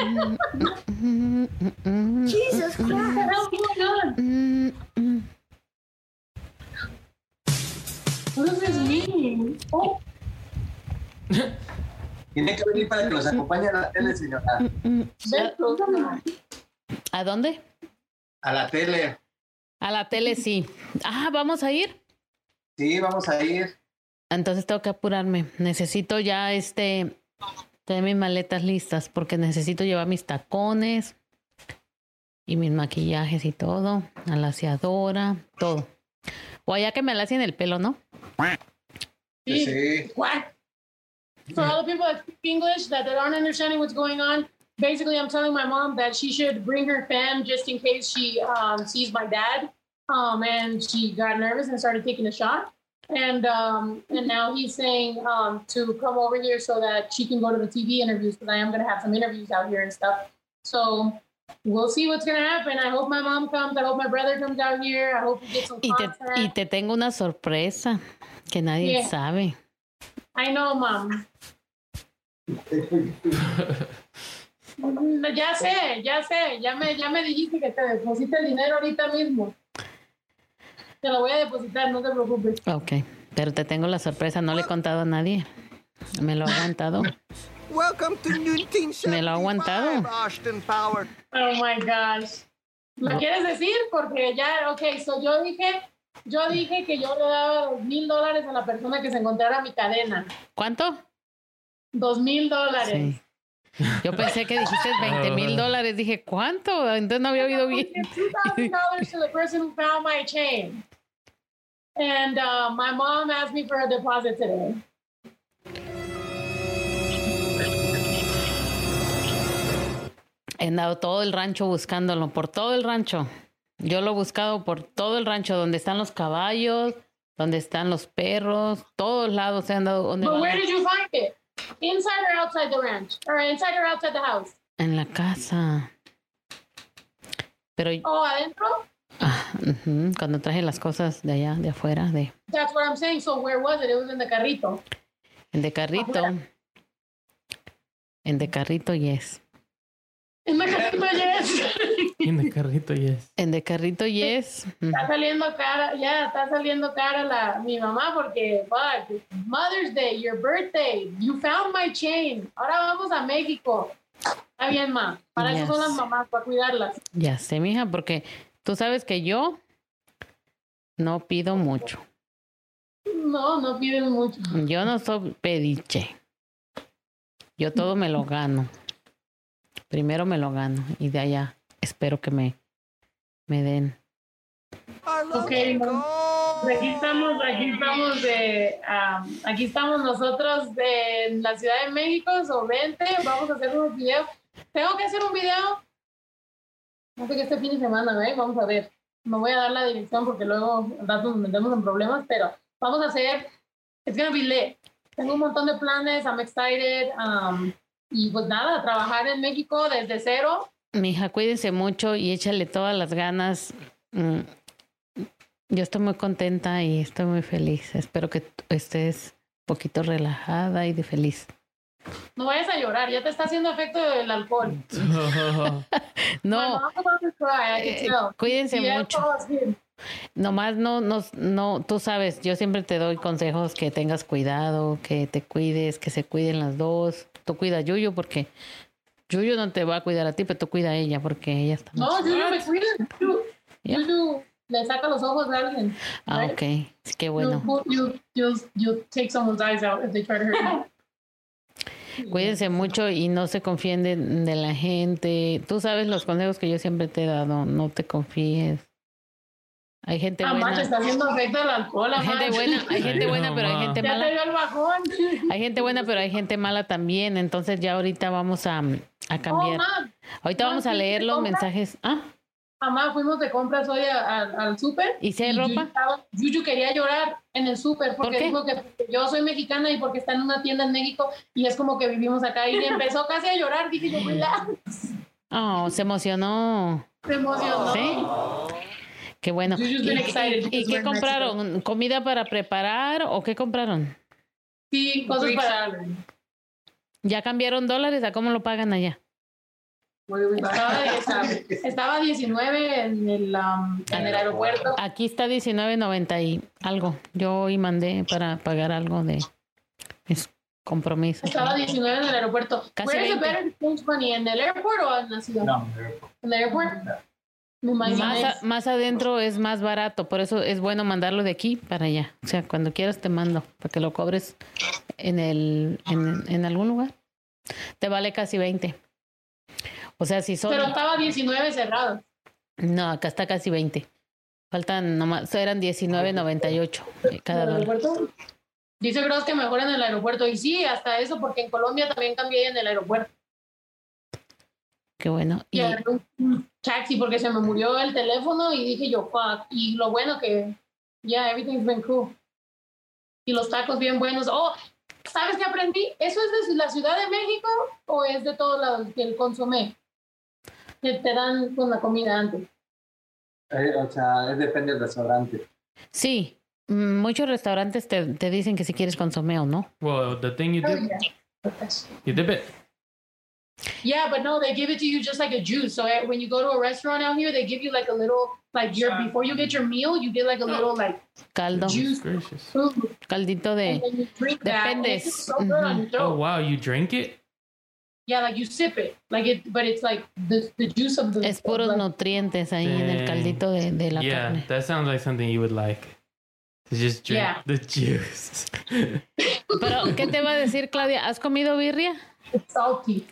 mm, mm, Jesus Christ. what's going on? mm, mm. What does this mean? Oh, Tiene que venir para que los acompañe a la tele, señora. ven, pregúntame. ¿A dónde? A la tele. A la tele sí. Ah, vamos a ir. Sí, vamos a ir. Entonces tengo que apurarme. Necesito ya este tener mis maletas listas porque necesito llevar mis tacones y mis maquillajes y todo, a la aseadora, todo. O allá que me alacien el pelo, ¿no? Sí. Sí. What? For all the people that speak English that, that aren't understanding what's going on, basically, I'm telling my mom that she should bring her fan just in case she um, sees my dad. Um, and she got nervous and started taking a shot. And um, and now he's saying um, to come over here so that she can go to the TV interviews because I am going to have some interviews out here and stuff. So we'll see what's going to happen. I hope my mom comes. I hope my brother comes out here. I hope we get some Y te, content. y te tengo una sorpresa que nadie Sí. sabe. I know, mom. Mm, Ya sé, ya sé, ya me, ya me dijiste que te deposite el dinero ahorita mismo. Te lo voy a depositar, no te preocupes. Ok, pero te tengo la sorpresa, no le he contado a nadie. Me lo ha aguantado. Welcome to 1975. Me lo ha aguantado. Austin Power. Oh my gosh. ¿Lo No. quieres decir? Porque ya, ok, so yo dije, yo dije que yo le daba dos mil dólares a la persona que se encontrara mi cadena. ¿Cuánto? Dos mil dólares. Sí. Yo pensé que dijiste 20 mil dólares. Dije, ¿cuánto? Entonces no había oído bien. two thousand dollars to the person who found my chain. And uh, my mom asked me for her deposit today. He andado todo el rancho buscándolo, por todo el rancho. Yo lo he buscado por todo el rancho, donde están los caballos, donde están los perros, todos lados he andado. donde But van where los- did you find it? Inside or outside the ranch? Or inside or outside the house? En la casa. Pero Oh, adentro? ah, ujú, cuando traje las cosas de allá, de afuera, de, That's what I'm saying. So where was it? It was in the carrito. en de carrito. En de carrito, yes. In the carrito, yes. In the carrito, yes. En de carrito, yes. Ujú. Está saliendo cara, ya, está saliendo cara la, mi mamá porque, fuck, Mother's Day, your birthday, you found my chain. Ahora vamos a México. Está bien, ma. Para eso son Yes. las mamás, para cuidarlas. Ya sé, mija, porque tú sabes que yo no pido mucho. No, no piden mucho. Yo no soy pediche. Yo todo me lo gano. Primero me lo gano y de allá espero que me, me den. Ok, mam. Pues aquí estamos, aquí estamos de, am, aquí estamos nosotros de en la Ciudad de México, so vente, vamos a hacer unos videos. Tengo que hacer un video, no sé qué este fin de semana, ¿eh? vamos a ver. Me voy a dar la dirección porque luego al rato nos metemos en problemas, pero vamos a hacer, it's gonna be lit. Tengo un montón de planes, I'm excited, am, y pues nada, trabajar en México desde cero. Mija, cuídense mucho y échale todas las ganas. Mm. Yo estoy muy contenta y estoy muy feliz. Espero que tú estés un poquito relajada y de feliz. No vayas a llorar, ya te está haciendo efecto el alcohol. No, I'm about to cry, I can Eh, tell. cuídense Yeah, mucho. oh, sí. Nomás no, no, no, tú sabes, yo siempre te doy consejos que tengas cuidado, que te cuides, que se cuiden las dos. Tú cuida a Yuyu porque Yuyu no te va a cuidar a ti, pero tú cuida a ella porque ella está... No, yo no me cuido. Yo, Yeah. yo- le saca los ojos a alguien. Ah, ok, pues, sí, qué bueno. You, you, you, you take someone's eyes out if they try to hurt you. Cuídense mucho y no se confíen de, de la gente. Tú sabes los consejos que yo siempre te he dado, no te confíes. Hay gente Ah, ma, te está buena. haciendo efecto el alcohol, Hay gente ma. buena, hay gente Ay, buena, pero hay mamá. gente Ya mala. te dio el bajón. Hay gente buena, pero hay gente mala también. Entonces ya ahorita vamos a, a Oh, cambiar. ma, Ahorita ma, vamos a ¿sí leer te los compras? mensajes. Ah, Mamá, fuimos de compras hoy a- a- al súper. ¿Y si hay y Yuyu ropa? estaba- Yuyu quería llorar en el súper porque qué? dijo que yo soy mexicana y porque está en una tienda en México y es como que vivimos acá. Y empezó casi a llorar. Dije yo, "Relax". oh, se emocionó. se emocionó. Sí. Qué bueno. You're just ¿Y, been excited y- because y we're qué in compraron? ¿Comida para preparar o qué compraron? Sí, cosas Greeks. para... ¿Ya cambiaron dólares? ¿A cómo lo pagan allá? What do we buy? Estaba, estaba- estaba 19 en el, um, en el aeropuerto. Aquí está 19.90 y algo. Yo hoy mandé para pagar algo de mis compromisos. Estaba 19 en el aeropuerto. Casi Where is it 20. better to change money? ¿En el aeropuerto o en la ciudad? No, hombre. En el aeropuerto. Me Más, imaginé. a- más adentro es más barato, por eso es bueno mandarlo de aquí para allá. O sea, cuando quieras te mando, para que lo cobres en, el, en, en algún lugar. Te vale casi 20. O sea, si son... Pero estaba 19 cerrado. No, acá está casi 20. Faltan nomás, eran 19.98 eh, cada ¿En el dólar. aeropuerto? Dice Gross que mejor en el aeropuerto. Y sí, hasta eso, porque en Colombia también cambié en el aeropuerto. Qué bueno. Y Y, agarré un- un taxi porque se me murió el teléfono y dije yo, fuck. Y lo bueno que, yeah, everything's been cool. Y los tacos bien buenos. Oh, ¿sabes qué aprendí? ¿Eso es de la Ciudad de México o es de todos lados que el consomé? Que te dan con la comida antes. Eh, o sea, es depende del restaurante. sí, mm, muchos restaurantes te, te dicen que si quieres consomé o no. Well, the thing you Oh, did, yeah. with that shit. You dip it. Yeah, but no, they give it to you just like a juice. So eh, when you go to a restaurant out here, they give you like a little, like your before you get your meal, you get like a little like Caldo. Juice. food. Caldito And then de. you drink that. and it Eh, Dependes. feels so good on your Oh throat. wow, you drink it? Yeah, like you sip it, like it, but it's like the, the juice of the. Es puros nutrientes ahí en el Dang. caldito de, de la yeah, carne. that sounds like something you would like. To just drink Yeah. the juice. Pero, ¿qué te va a decir, Claudia? ¿Has comido birria? It's salty.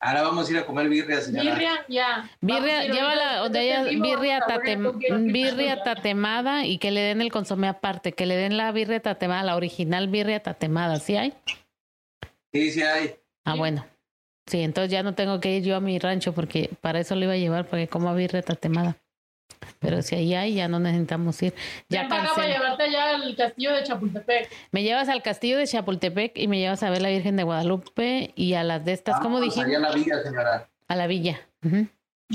Ahora vamos a ir a comer birria, señora. Birria, yeah. Birria, Vamos este a ir ahorita, llévala, o de ahorita ella, en vivo birria, vamos a ver, tatem- yo quiero que birria me- tatemada y que le den el consomé aparte, que le den la birria tatemada, la original birria tatemada, ¿sí hay? Sí, sí hay. Ah, bueno. Sí, entonces ya no tengo que ir yo a mi rancho porque para eso lo iba a llevar, porque como birria tatemada. Pero si ahí hay, ya no necesitamos ir. Ya Ven para acá para cancela. llevarte allá al castillo de Chapultepec. Me llevas al castillo de Chapultepec y me llevas a ver la Virgen de Guadalupe y a las de estas, ¿cómo Vamos dijimos? allá a la villa, señora. A la villa. Ujú.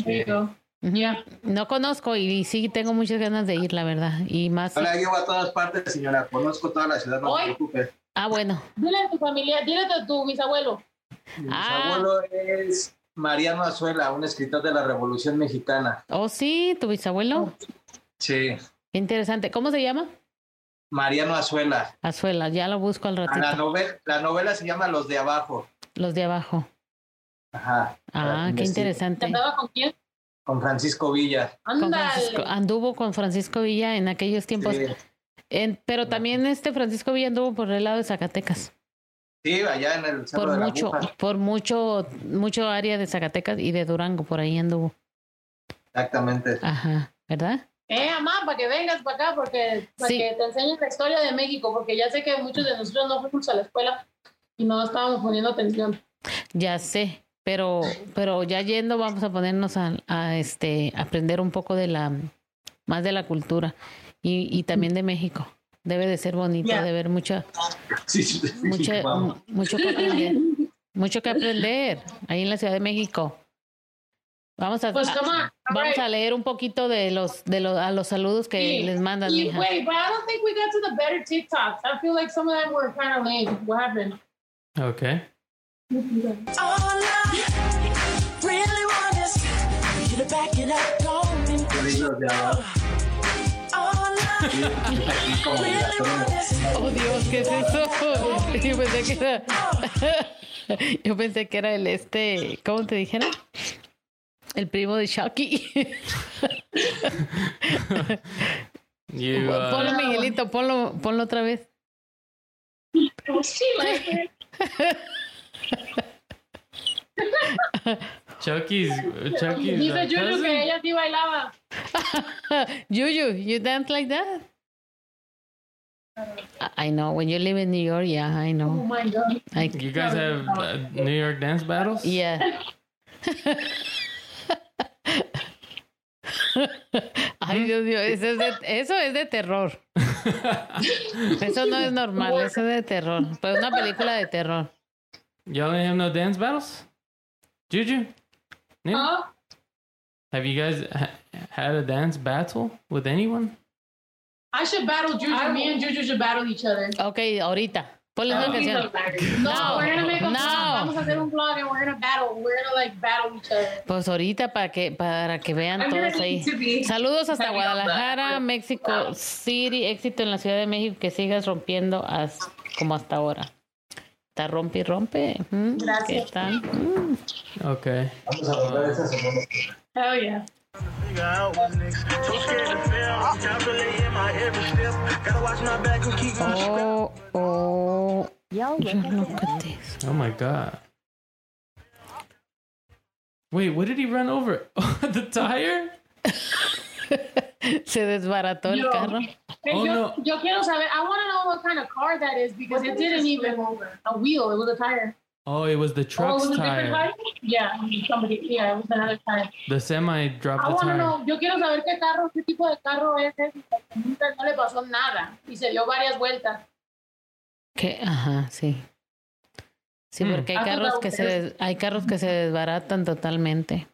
There you go. Ujú. Yeah. No conozco y sí tengo muchas ganas de ir, la verdad. Y más. Yo la llevo a todas partes, señora. Conozco toda la ciudad, no se Hoy. preocupe. Ah, bueno. Dile a tu familia, dile a tu bisabuelo. Mi Ah. abuelo es Mariano Azuela, un escritor de la Revolución Mexicana. Oh, sí, tu bisabuelo. Sí. Qué interesante. ¿Cómo se llama? Mariano Azuela. Azuela, ya lo busco al A La ratito. novela, la novela se llama Los de Abajo. Los de abajo. Ajá. Para Ah, que qué investigue. ¿Te interesante. andaba con quién? Con Francisco Villa. Con Ándale. Francisco- anduvo con Francisco Villa en aquellos tiempos. Sí. En- pero también este Francisco Villa anduvo por el lado de Zacatecas. Sí, allá en el Cerro Por de la mucho, Aguja. por mucho, mucho área de Zacatecas y de Durango, por ahí anduvo. Exactamente. Ajá, ¿verdad? Eh, mamá, para que vengas para acá, porque para Sí. que te enseñes la historia de México, porque ya sé que muchos de nosotros no fuimos a la escuela y no estábamos poniendo atención. Ya sé, pero, pero ya yendo vamos a ponernos a, a, este aprender un poco de la más de la cultura y, y también de México. Debe de ser bonito, Ya. de ver mucha, Sí, sí, sí, mucha, vamos. mu- mucho que aprender, mucho que aprender ahí en la Ciudad de México. Vamos a, Pues, a- come on. all vamos right. a leer un poquito de los de los a los saludos que Sí. les mandan, You- mija. wait, but I don't think we got to the better TikToks. I feel like some of them were kind of lame. What happened? Okay. Qué lindo Los de Abajo. Sí, aquí como que la tenemos. Oh Dios, ¿qué es eso? Yo pensé que era, yo pensé que era el este, ¿cómo te dijera? El primo de Chucky. You uh, ponlo Miguelito, ponlo, ponlo otra vez. She liked it. Chucky's Chucky's Dice uh, Yuyu que cousin? ella sí bailaba. Juju, you dance like that? I- I know. When you live in New York, yeah, I Oh know. my god. I, You guys have uh, New York dance battles? yeah. Ay, Dios mío, eso es de, eso es de terror. Eso no es normal, eso es de terror. Pues una película de terror. Y'all ain't have no dance battles? Juju? Nina? Huh? Have you guys ha- had a dance battle with anyone? I should battle Juju. Me and Juju should battle each other. Ok, ahorita. Ponle Ah. una canción. No, we're gonna make a No. vlog. Vamos a hacer un vlog and we're gonna battle. We're gonna like battle each other. Pues ahorita para que, para que vean I'm todos gonna ahí. need to be Saludos hasta heavy on that. Guadalajara, México City. Éxito en la Ciudad de México. Que sigas rompiendo as- como hasta ahora. Está rompe y rompe. Ujú, ¿Qué Gracias. tal? Okay. Vamos a volver a esa semana. Hell yeah. Oh, oh. Yo, look at Look this. at this. Oh my god. Wait, what did he run over? Oh, the tire? Se desbarató el Yo. carro. Hey, Oh, yo, no. yo quiero saber. I want to know what kind of car that is because it didn't even a wheel. It was a tire. Oh, it was oh, the it truck's was a tire. different tire. Yeah, somebody. Yeah, it was another tire. The semi dropped I the want to tire. know. Ah, Yo quiero saber qué carro, qué tipo de carro es ese. porque Nunca no le pasó nada y se dio varias vueltas. Que, ajá, sí. Sí, Mm. porque hay Ah, pues, carros la que se des- hay carros que se desbaratan totalmente.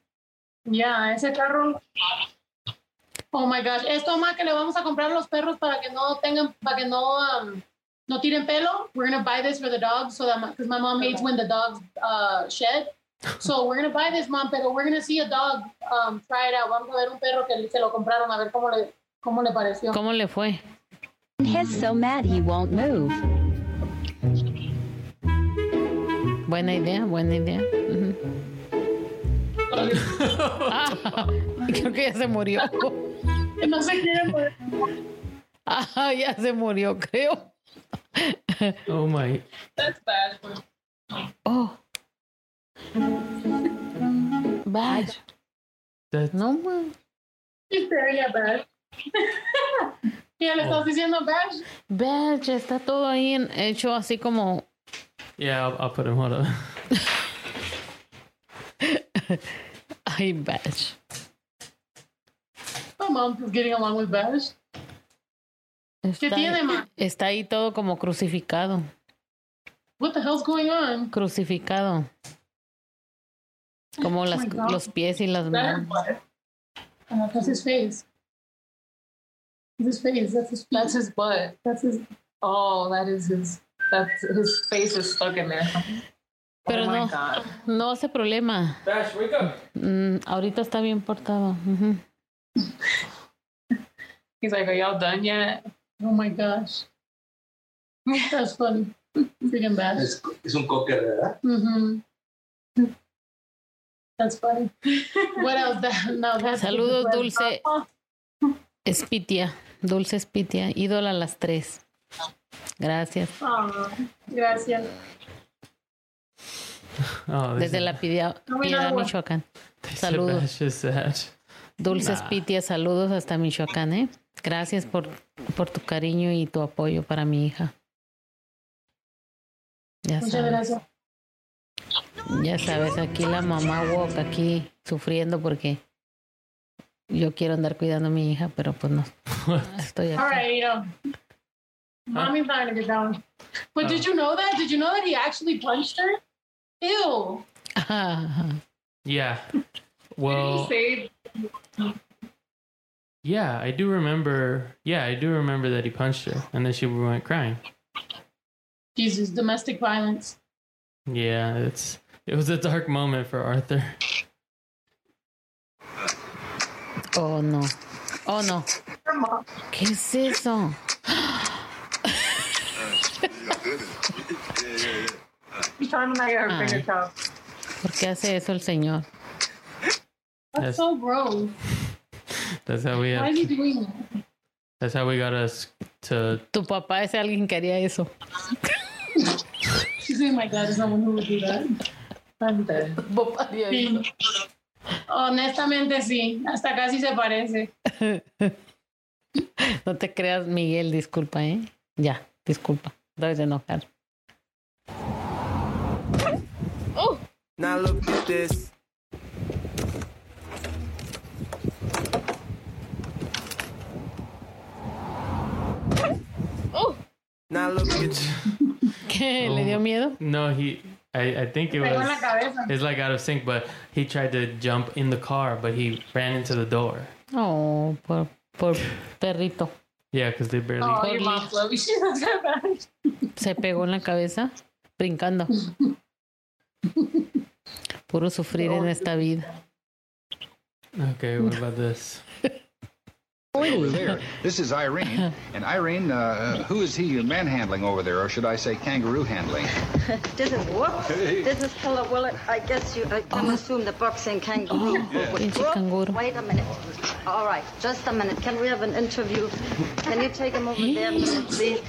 Ya, ese carro. Oh my gosh, esto más que le vamos a comprar a los perros para que no tengan, para que no, um, no tiren pelo. We're gonna buy this for the dogs so that because my, mom hates when the dogs uh, shed. So we're gonna buy this, mom. Pero we're gonna see a dog um, try it out. Vamos a ver un perro que se lo compraron a ver cómo le cómo le pareció. ¿Cómo le fue? He's so mad he won't move. Buena idea, buena idea. Ujú. Ah, creo que ya se murió. No se quieren poner. Ah, ya se murió, creo. Oh my. That's bad. Oh. Vaya. That's- No, man. Estaría bad. Ya le Oh. estás diciendo bad. Vaya, está todo ahí en- hecho así como. Yeah, I'll, I'll put him. Hold up. Ay, Badge. My mom's just getting along with bad. Está, tiene, ma? está ahí todo como crucificado. What the hell's going on? Crucificado. Como las, Oh my God. los pies y That las is manos. bad. Oh, Uh, that's his face. That's his face. That's his. That's his butt. That's his. Oh, that is his. That's his face is stuck in there. Pero oh my no. god. No hace problema. Bash, wake up. Mm, ahorita está bien portado. Ujú. He's like, are y'all done yet? Oh my gosh. That's funny. Freaking bad. Es, es un cocker, ¿verdad? Mm-hmm. That's funny. what else? That, no, that's Saludos, Dulce. Espitia. Dulce Espitia. Ídola a las tres. Gracias. Oh, gracias. Oh, this Desde is- la Pidia- No, mira, Piedad, agua. Michoacán. this Saludos. Is just sad. Dulce Nah. Espitia, saludos hasta Michoacán, ¿eh? Gracias por, por tu cariño y tu apoyo para mi hija. Ya Muchas sabes, gracias. ya sabes, aquí la mamá Wok, aquí sufriendo porque yo quiero andar cuidando a mi hija, pero pues no. Estoy All aquí. right, you know. Mommy's not gonna get down. But did Oh. you know that? Did you know that he actually punched her? Ew. Ajá. Yeah. Well, Say yeah, I do remember. Yeah, I do remember that he punched her, and then she went crying. Jesus, domestic violence. Yeah, it's it was a dark moment for Arthur. Oh no. Oh no. ¿Qué es eso? She's trying to not get her Ay. finger chopped. ¿Por qué hace eso el señor? That's Yes. so gross. That's how we Why have, is he doing that? that's how we got us to Tu papá es alguien que haría eso. She's saying, my God, there's no one who would do that. I'm dead. Tu papá haría Sí. Honestamente, sí. Hasta casi se parece. No te creas, Miguel, disculpa, ¿eh? Ya, disculpa. Debes de enojar. Now look at this. Now look at ¿Qué? Oh. ¿Le dio miedo? No, he. I, I think it Pegó en la was. cabeza. It's like out of sync, but he tried to jump in the car, but he ran into the door. Oh, por, por perrito. Yeah, because they barely. Oh, your mom's pues. love you. She's not that bad. Se pegó en la cabeza, brincando. Puro sufrir en esta vida. Oh. Okay, what about this? over there. This is Irene. And Irene, uh, who is he you're manhandling over there, or should I say kangaroo handling? This is what? This is Paula Willett. I guess you I can assume the boxing kangaroo. Yeah. would- It's a Whoa, kangaroo. Wait a minute. All right, just a minute. Can we have an interview? Can you take him over there, minute, please?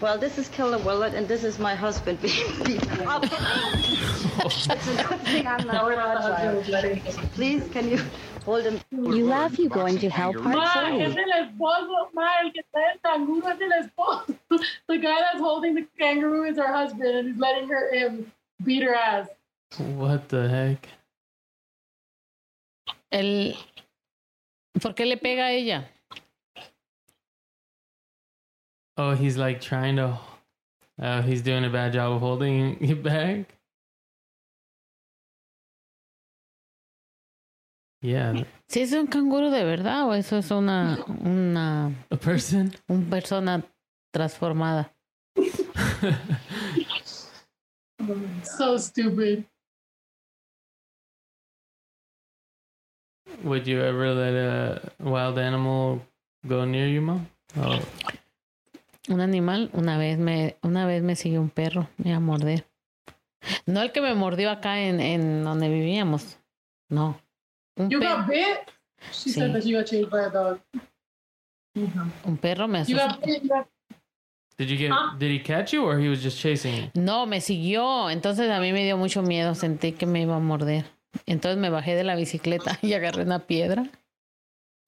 Well, this is Killer Willett, and this is my husband being beaten up. it's a good thing I'm not fragile. Please, can you hold him? You laugh, you going to hell part Ma, es two. el esposo, ma, el que está en canguro es el esposo. The guy that's holding the kangaroo is her husband and he's letting her in, beat her ass. What the heck? El, ¿Por qué le pega a ella? Oh, he's like trying to. Oh, he's doing a bad job of holding it back. Yeah, ¿Si es un canguro de verdad o eso es una, una a person. un persona transformada? so stupid. Would you ever let a wild animal go near you, mom? Oh. Un animal, una vez me, una vez me siguió un perro, me iba a morder. No el que me mordió acá en, en donde vivíamos. No. Un You perro. got bit? She Sí. said that you got chased by a dog. Un perro me You asustó. got bit? You got Did you get? Did he catch you, or he was just chasing you? No, me siguió. Entonces a mí me dio mucho miedo. Sentí que me iba a morder. Entonces me bajé de la bicicleta y agarré una piedra.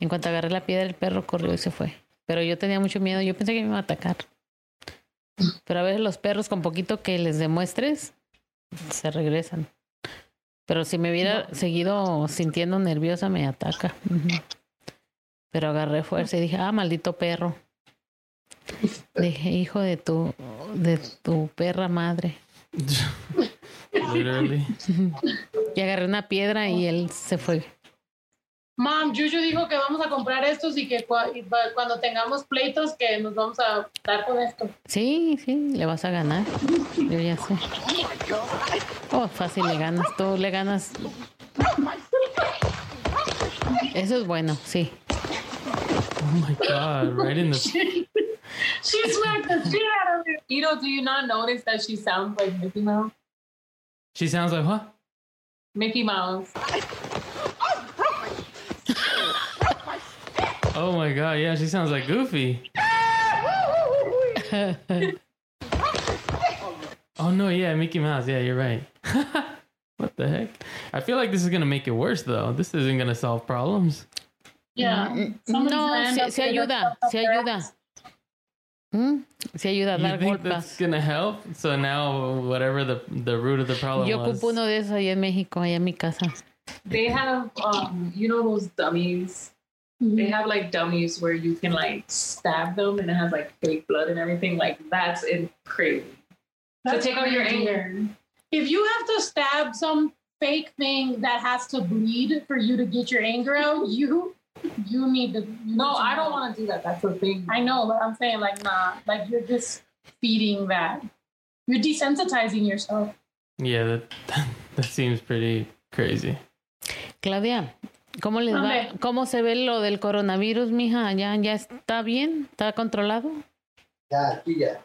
En cuanto agarré la piedra, el perro corrió y se fue. Pero yo tenía mucho miedo. Yo pensé que me iba a atacar. Pero a veces los perros, con poquito que les demuestres, se regresan. Pero si me hubiera seguido sintiendo nerviosa, me ataca. Ujú. Pero agarré fuerza y dije, ah, maldito perro. Dije, hijo de tu, de tu perra madre. Literally. Y agarré una piedra y él se fue. Mom, Juju dijo que vamos a comprar estos y que cua- y pa- cuando tengamos pleitos que nos vamos a dar con esto. Sí, sí, le vas a ganar. Yo ya sé. Oh, fácil le ganas. Tú le ganas. Eso es bueno, sí. Oh my god! Right in the she smacked the shit out of me. Ito, do you not notice that she sounds like Mickey Mouse? She sounds like what? Mickey Mouse. Oh my god! Yeah, she sounds like Goofy. Oh no! Yeah, Mickey Mouse. Yeah, you're right. what the heck? I feel like this is gonna make it worse, though. This isn't gonna solve problems. Yeah. No, Someone's se, land se up there, ayuda, that's se up there. ayuda. ¿Mm? Se ayuda a You dar think that's golpes. gonna help? So now, whatever the the root of the problem Yo was, ocupo uno de esos allá en México, allá en mi casa. They have, um, you know, those dummies. Mm-hmm. They have like dummies where you can like stab them and it has like fake blood and everything. Like that's in crazy. That's to take out your crazy. anger. If you have to stab some fake thing that has to bleed for you to get your anger out, you you need to. no, I don't want to do that. That's the thing. I know, but I'm saying like nah, like you're just feeding that. You're desensitizing yourself. yeah, that that seems pretty crazy. Claudia, ¿cómo les va? Mande. ¿Cómo se ve lo del coronavirus, mija? ¿Ya, ya está bien? ¿Está controlado? Ya, aquí ya.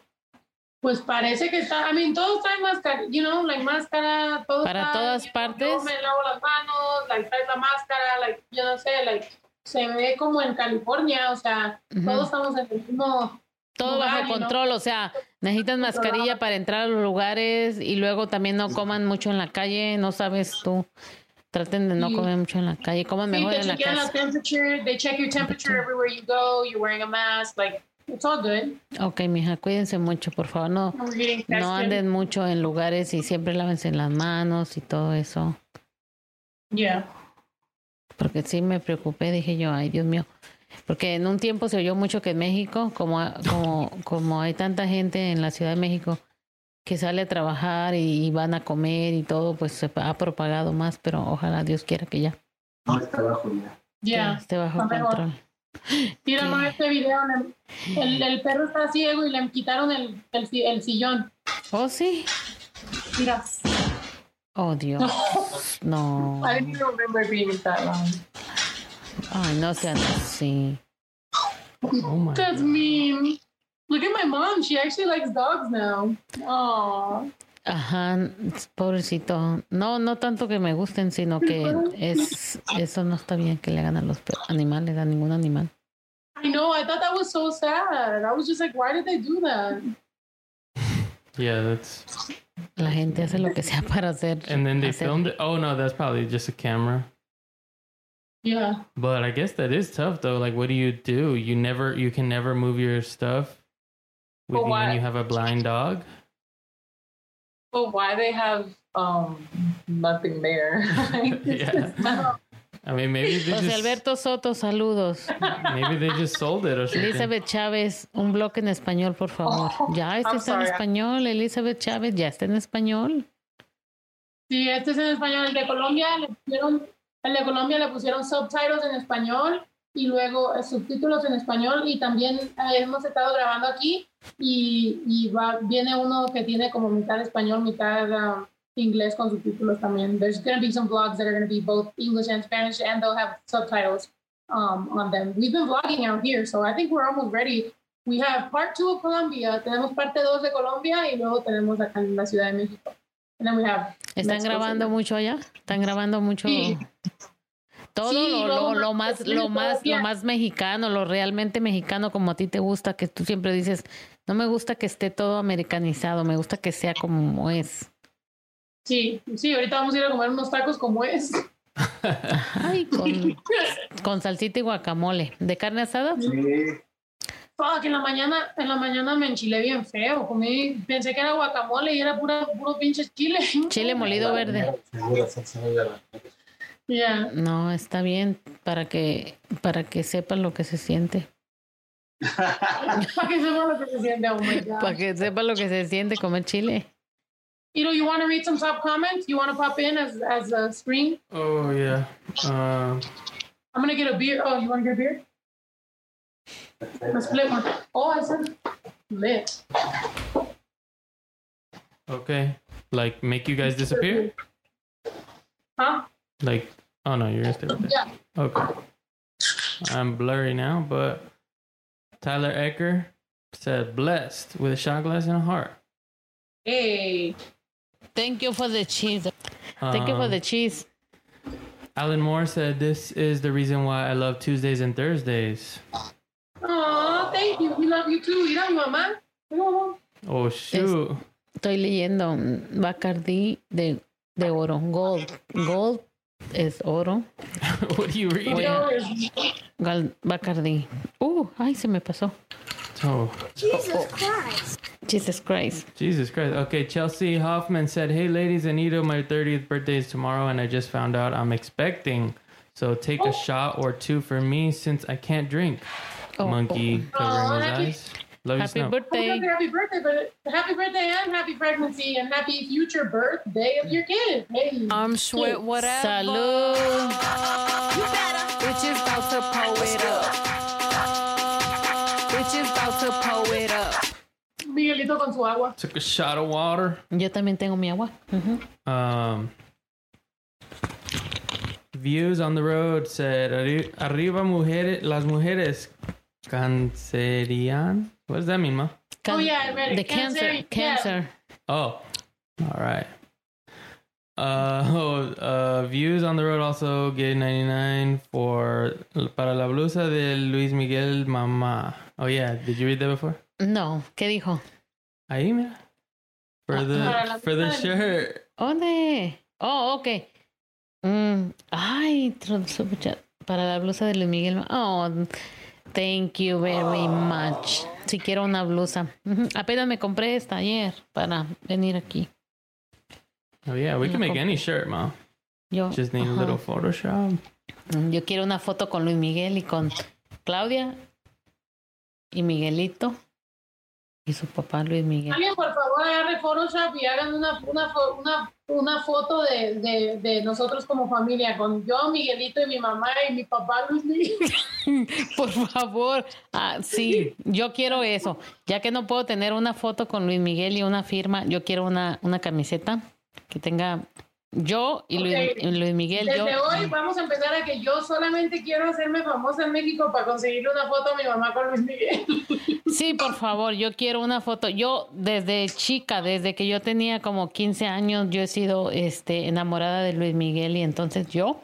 Pues parece que está, I mean, todos traen máscara, you know, like máscara, todos Para traen, todas you know, partes. Yo me lavo las manos, like traes la máscara, like, yo no sé, like, se ve como en California, o sea, Ujú. todos estamos en el mismo Todo lugar, bajo you know. control, o sea, necesitas mascarilla para entrar a los lugares y luego también no coman mucho en la calle, no sabes tú. Traten de no Sí. comer mucho en la calle, coman Sí, mejor they en la check out casa. temperature. They check your temperature everywhere you go. You're wearing a mask. Like it's all good. Ok, mija, cuídense mucho, por favor, no, We're getting tested. no anden mucho en lugares y siempre lávense las manos y todo eso. Yeah. Porque sí me preocupé, dije yo, ay Dios mío. Porque en un tiempo se oyó mucho que en México, como, como, como hay tanta gente en la Ciudad de México que sale a trabajar y, van a comer y todo, pues se ha propagado más, pero ojalá Dios quiera que ya No, está abajo ya. Yeah. esté bajo Está mejor. control. Mira, más este video. le- El, el perro está ciego y le quitaron el, el, si- el sillón. ¿Oh, sí? Mira. Oh Dios, no. I didn't even remember being that long. Ay, no sean así. Oh That's mean. Look at my mom. She actually likes dogs now. Aww. Ajá, pobrecito. No, no tanto que me gusten, sino que es eso no está bien que le hagan a los pe- animales, a ningún animal. I know. I thought that was so sad. I was just like, why did they do that? Yeah, that's. La gente hace lo que sea para hacer. And then they hacer- filmed it. Oh no, that's probably just a camera. Yeah. But I guess that is tough though. Like, what do you do? You never, you can never move your stuff with But you why- when you have a blind dog. But why they have um nothing there? Yeah. I mean, maybe they José just Alberto Soto, saludos. maybe they just sold it or something. Elizabeth Chávez, un bloque en español, por favor. ya, este Oh, I'm está en sorry. español. Elizabeth Chávez, ya está en español. Sí, este es en español. El de Colombia le pusieron, el de Colombia le pusieron subtitles en español y luego eh, subtítulos en español y también eh, hemos estado grabando aquí y, y va, viene uno que tiene como mitad español, mitad um, inglés con subtítulos también. There's going to be some vlogs that are going to be both English and Spanish and they'll have subtitles um, on them. We've been vlogging out here, so I think we're almost ready. We have part two of Colombia, tenemos parte dos de Colombia y luego tenemos acá en la Ciudad de México. And then we have ¿Están Mexico grabando City. mucho allá? ¿Están grabando mucho? Sí. Todo Sí, lo, luego lo, lo más más, lo especial más, lo todavía. más mexicano, lo realmente mexicano como a ti te gusta, que tú siempre dices, no me gusta que esté todo americanizado, me gusta que sea como es. Sí, sí, ahorita vamos a ir a comer unos tacos como es. Ay, con, con salsita y guacamole. ¿De carne asada? Fuck, en la mañana, en la mañana me enchilé bien feo. Comí, pensé que era guacamole y era pura, puro pinche chile. Chile molido verde. Yeah. No, está bien para que para que sepan lo que se siente. Para que sepa lo que se siente, oh my God. Para que sepan lo que se siente comer chile. You know, you want to read some top comments? You want to pop in as, as a screen? Oh yeah. Um, I'm going to get a beer. Oh, you want to get a beer? Let's split one. Oh, I said lit. okay. Like make you guys disappear? Huh? Like oh no, you're gonna stay with that. Yeah. Okay. I'm blurry now, but Tyler Ecker said blessed with a shot glass and a heart. Hey. Thank you for the cheese. Thank you for Um, the cheese. Alan Moore said this is the reason why I love Tuesdays and Thursdays. Aw, thank you. We love you too. You love your mamá. Oh, Oh shoot. Estoy leyendo mm, Bacardi de, de oro. Gold. Gold es oro. What are you reading? Gal- Bacardi. Uh, ay, se me pasó. Oh. Jesus Christ. Jesus Christ. Jesus Christ. Okay, Chelsea Hoffman said, Hey ladies, Anita, my 30th birthday is tomorrow, and I just found out I'm expecting. So take a shot or two for me since I can't drink. Monkey covering Aw, his happy- eyes. Love you, Happy Snow. birthday. Happy birthday, but happy birthday and happy pregnancy and happy future birthday of your kid. Hey. Uh, I'm sweat whatever. Salud. Bitch is about to pull it up. Bitch is about to pull it up. Miguelito con su agua. Took a shot of water. Yo también tengo mi agua. Ujú. Um, views on the road said, "Arri- Arriba mujeres, las mujeres cancerian. What does that mean, ma? Oh, yeah, I read it. The cancer. Cancer, yeah. Cancer. Oh, all right. Uh, oh, uh, views on the road also get 99 for para la blusa de Luis Miguel Mama. Oh yeah, did you read that before? No, ¿qué dijo? Ahí mira. For Ah, Para la the for the blusa de- shirt. ¿Dónde? Oh, ok. Mm, Ay, tro- super chat. para la blusa de Luis Miguel. Oh, thank you very much. Si quiero una blusa. Ujú. Apenas me compré esta ayer para venir aquí. Oh yeah, we can make any shirt, ma. Yo, Just need a ajá. little Photoshop. Mm, Yo quiero una foto con Luis Miguel y con Claudia y Miguelito y su papá Luis Miguel. Alguien, por favor, agarre Photoshop y hagan una, una, fo- una, una foto de, de, de nosotros como familia, con yo, Miguelito y mi mamá y mi papá Luis Miguel. Por favor, ah, sí, yo quiero eso. Ya que no puedo tener una foto con Luis Miguel y una firma, yo quiero una, una camiseta que tenga yo y Luis, Ok. y Luis Miguel. Desde yo, hoy vamos a empezar a que yo solamente quiero hacerme famosa en México para conseguirle una foto a mi mamá con Luis Miguel. Sí, por favor, yo quiero una foto. Yo desde chica, desde que yo tenía como 15 años, yo he sido este, enamorada de Luis Miguel y entonces yo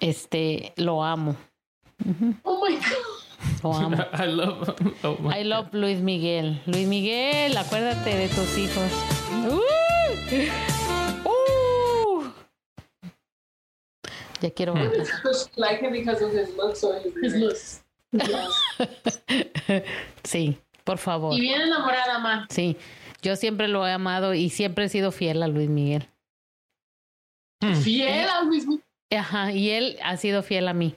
este, lo amo. Oh my God. Lo amo. I love. Oh my. I love Luis Miguel. Luis Miguel, acuérdate de tus hijos. Uh, uh. Ya quiero Mm. verla. like him because of his looks or his, His looks. Sí, por favor. Y bien enamorada, ma. Sí, yo siempre lo he amado y siempre he sido fiel a Luis Miguel. Fiel a Luis Miguel. Ajá, y él ha sido fiel a mí.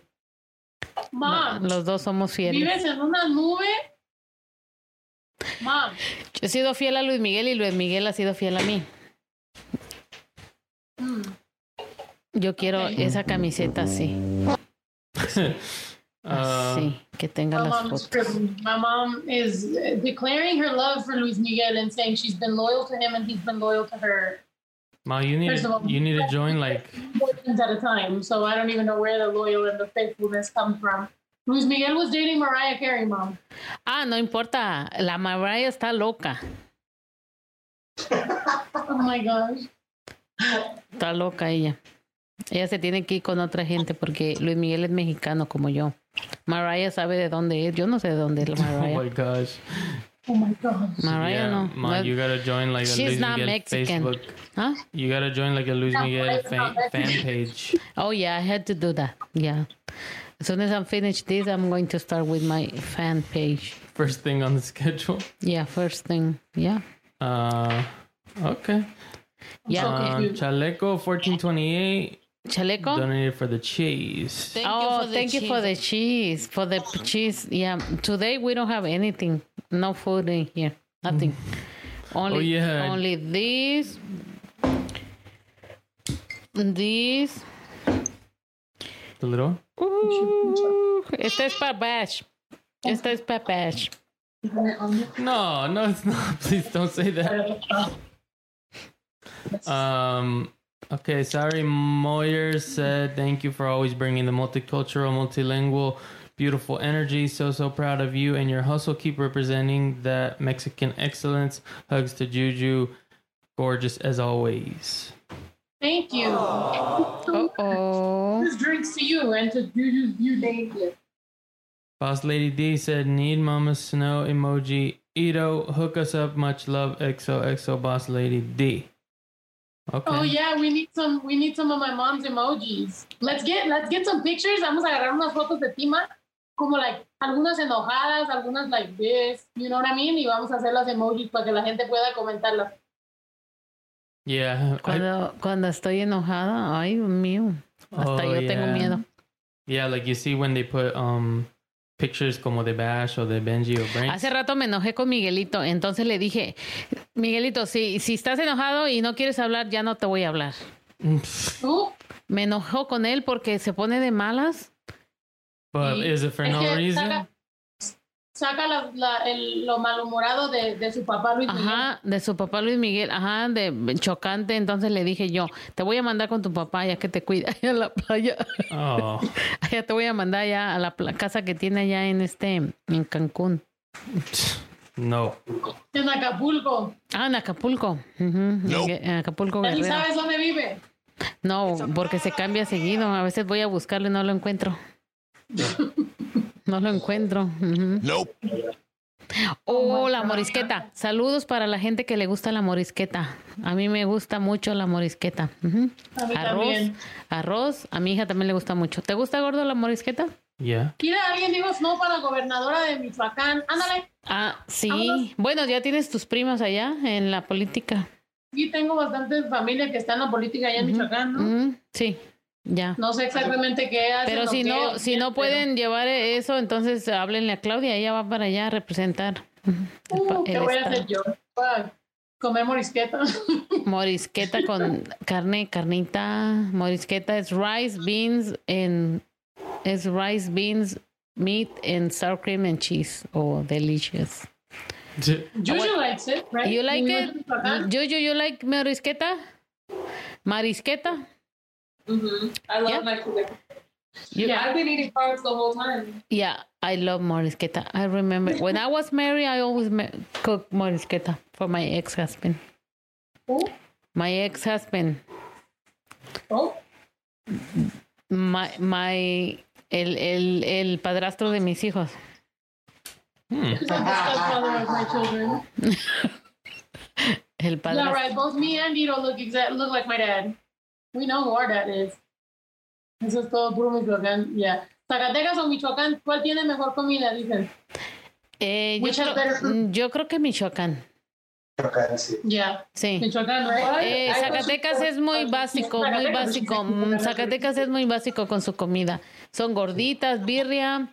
Ma, Los dos somos fieles. vives en una nube. Ma, Yo he sido fiel a Luis Miguel y Luis Miguel ha sido fiel a mí. Mm. Yo quiero esa camiseta, sí. Ah, sí, que tenga My las mom, is fotos. crippled. My mom is uh, declaring her love for Luis Miguel and saying she's been loyal to him and he's been loyal to her Ma, you need First of all- you need to join like boyfriends at a time. So I don't even know where the loyal and the faithfulness come from. Luis Miguel was dating Mariah Carey, mom. Ah, no importa. La Mariah está loca. Oh my gosh. Está loca ella. Ella se tiene que ir con otra gente porque Luis Miguel es mexicano como yo. Mariah sabe de dónde es. Yo no sé de dónde es la oh my Mariah. gosh. Oh my gosh. Mariah no. Ma, no es- ¿Ah? you gotta join like a She's Luis not Miguel Mexican. Facebook. Huh? You gotta join like a Luis No, Miguel Mariah's fan, not Mexican. fan page. Oh yeah, I had to do that. Yeah. As soon as I'm finished this, I'm going to start with my fan page. First thing on the schedule. Yeah, first thing. Yeah. Uh, okay. Yeah. Um, Okay. Chaleco 1428. Chaleco? Donated for the cheese. Oh. Thank oh, thank you for the cheese. For the p- cheese. Yeah. Today we don't have anything. No food in here. Nothing. Only Mm. Oh, yeah. only these. These. The little one? Ooh, esta es para Bash. Esta es para Bash. No, no, it's not. Please don't say that. Um. Okay, sorry. Moyer said, "Thank you for always bringing the multicultural, multilingual, beautiful energy. So so proud of you and your hustle. Keep representing that Mexican excellence. Hugs to Juju. Gorgeous as always. Thank you. oh This drinks to you and to Juju's beauty. Boss Lady D said, "Need Mama Snow emoji. Ito, hook us up. Much love. XOXO. Boss Lady D. Okay. Oh yeah, we need some. We need some of my mom's emojis. Let's get let's get some pictures. Vamos a agarrar unas fotos de Tima, como like algunas enojadas, algunas like this. You know what I mean? Y vamos a hacer las emojis para que la gente pueda comentarlas. Yeah. I- Cuando, cuando estoy enojada, ay Dios mío. Hasta Oh, yo tengo yeah. miedo. Yeah, like you see when they put um pictures como de Bash or de Benji or Brent. Hace rato me enojé con Miguelito, entonces le dije, Miguelito, si, si estás enojado y no quieres hablar, ya no te voy a hablar. Me enojó con él porque se pone de malas. But is it for Es no que reason? Saca, saca la- la- el- lo malhumorado de, de su papá Luis Miguel. Ajá, de su papá Luis Miguel, ajá, de chocante. Entonces le dije yo, te voy a mandar con tu papá ya que te cuida allá a la playa. Oh. Allá te voy a mandar ya a la pla- casa que tiene allá en este, en Cancún. No. En Acapulco. Ah, en Acapulco. Ujú, en- En Acapulco, Ya ni Guerrero. sabes dónde vive. No, porque se cambia seguido. A veces voy a buscarlo y no lo encuentro. No lo encuentro. Ujú. Oh, la morisqueta. Saludos para la gente que le gusta la morisqueta. A mí me gusta mucho la morisqueta. Ujú. A mí Arroz, también. arroz. A mi hija también le gusta mucho. ¿Te gusta gordo la morisqueta? Yeah. Mira, alguien dijo no para la gobernadora de Michoacán. Ándale. Ah, sí. Bueno, ya tienes tus primas allá en la política. Sí, tengo bastante familia que está en la política allá en Michoacán, ¿no? Ujú, Sí, ya. No sé exactamente qué hacen. Pero o si qué, no, o si qué, no pueden llevar eso, entonces háblenle a Claudia, ella va para allá a representar. pero, uh, ¿Qué el Ah, voy a estado. hacer yo? Voy a Comer morisqueta. Morisqueta con carne, carnita. Morisqueta es rice, beans, and es rice, beans, meat, and sour cream and cheese. Oh, delicious. Juju likes it, right? You like We it? went to Michoacán. Yo, yo, you like morisqueta? Marisqueta? Mm, I love my food. Yeah. I've been eating carbs the whole time. Yeah, I love morisqueta. I remember when I was married, I always ma- cooked morisqueta for my ex husband. My ex husband. Oh. My, my, el, el, el padrastro de mis hijos. Mm. Stepfather of my children. El All padrastro. right, both me and Nito look exact look like my dad. We know who our dad is. Eso es todo puro Michoacán. Yeah. Zacatecas o Michoacán, ¿cuál tiene mejor comida? Dicen. Eh, yo, Which is creo, better food? mm, yo creo que Michoacán. Yeah. Sí. Michoacán, right? Eh, Zacatecas pues, es muy básico, muy básico. Mm, Zacatecas es muy básico con su comida. Son gorditas, birria,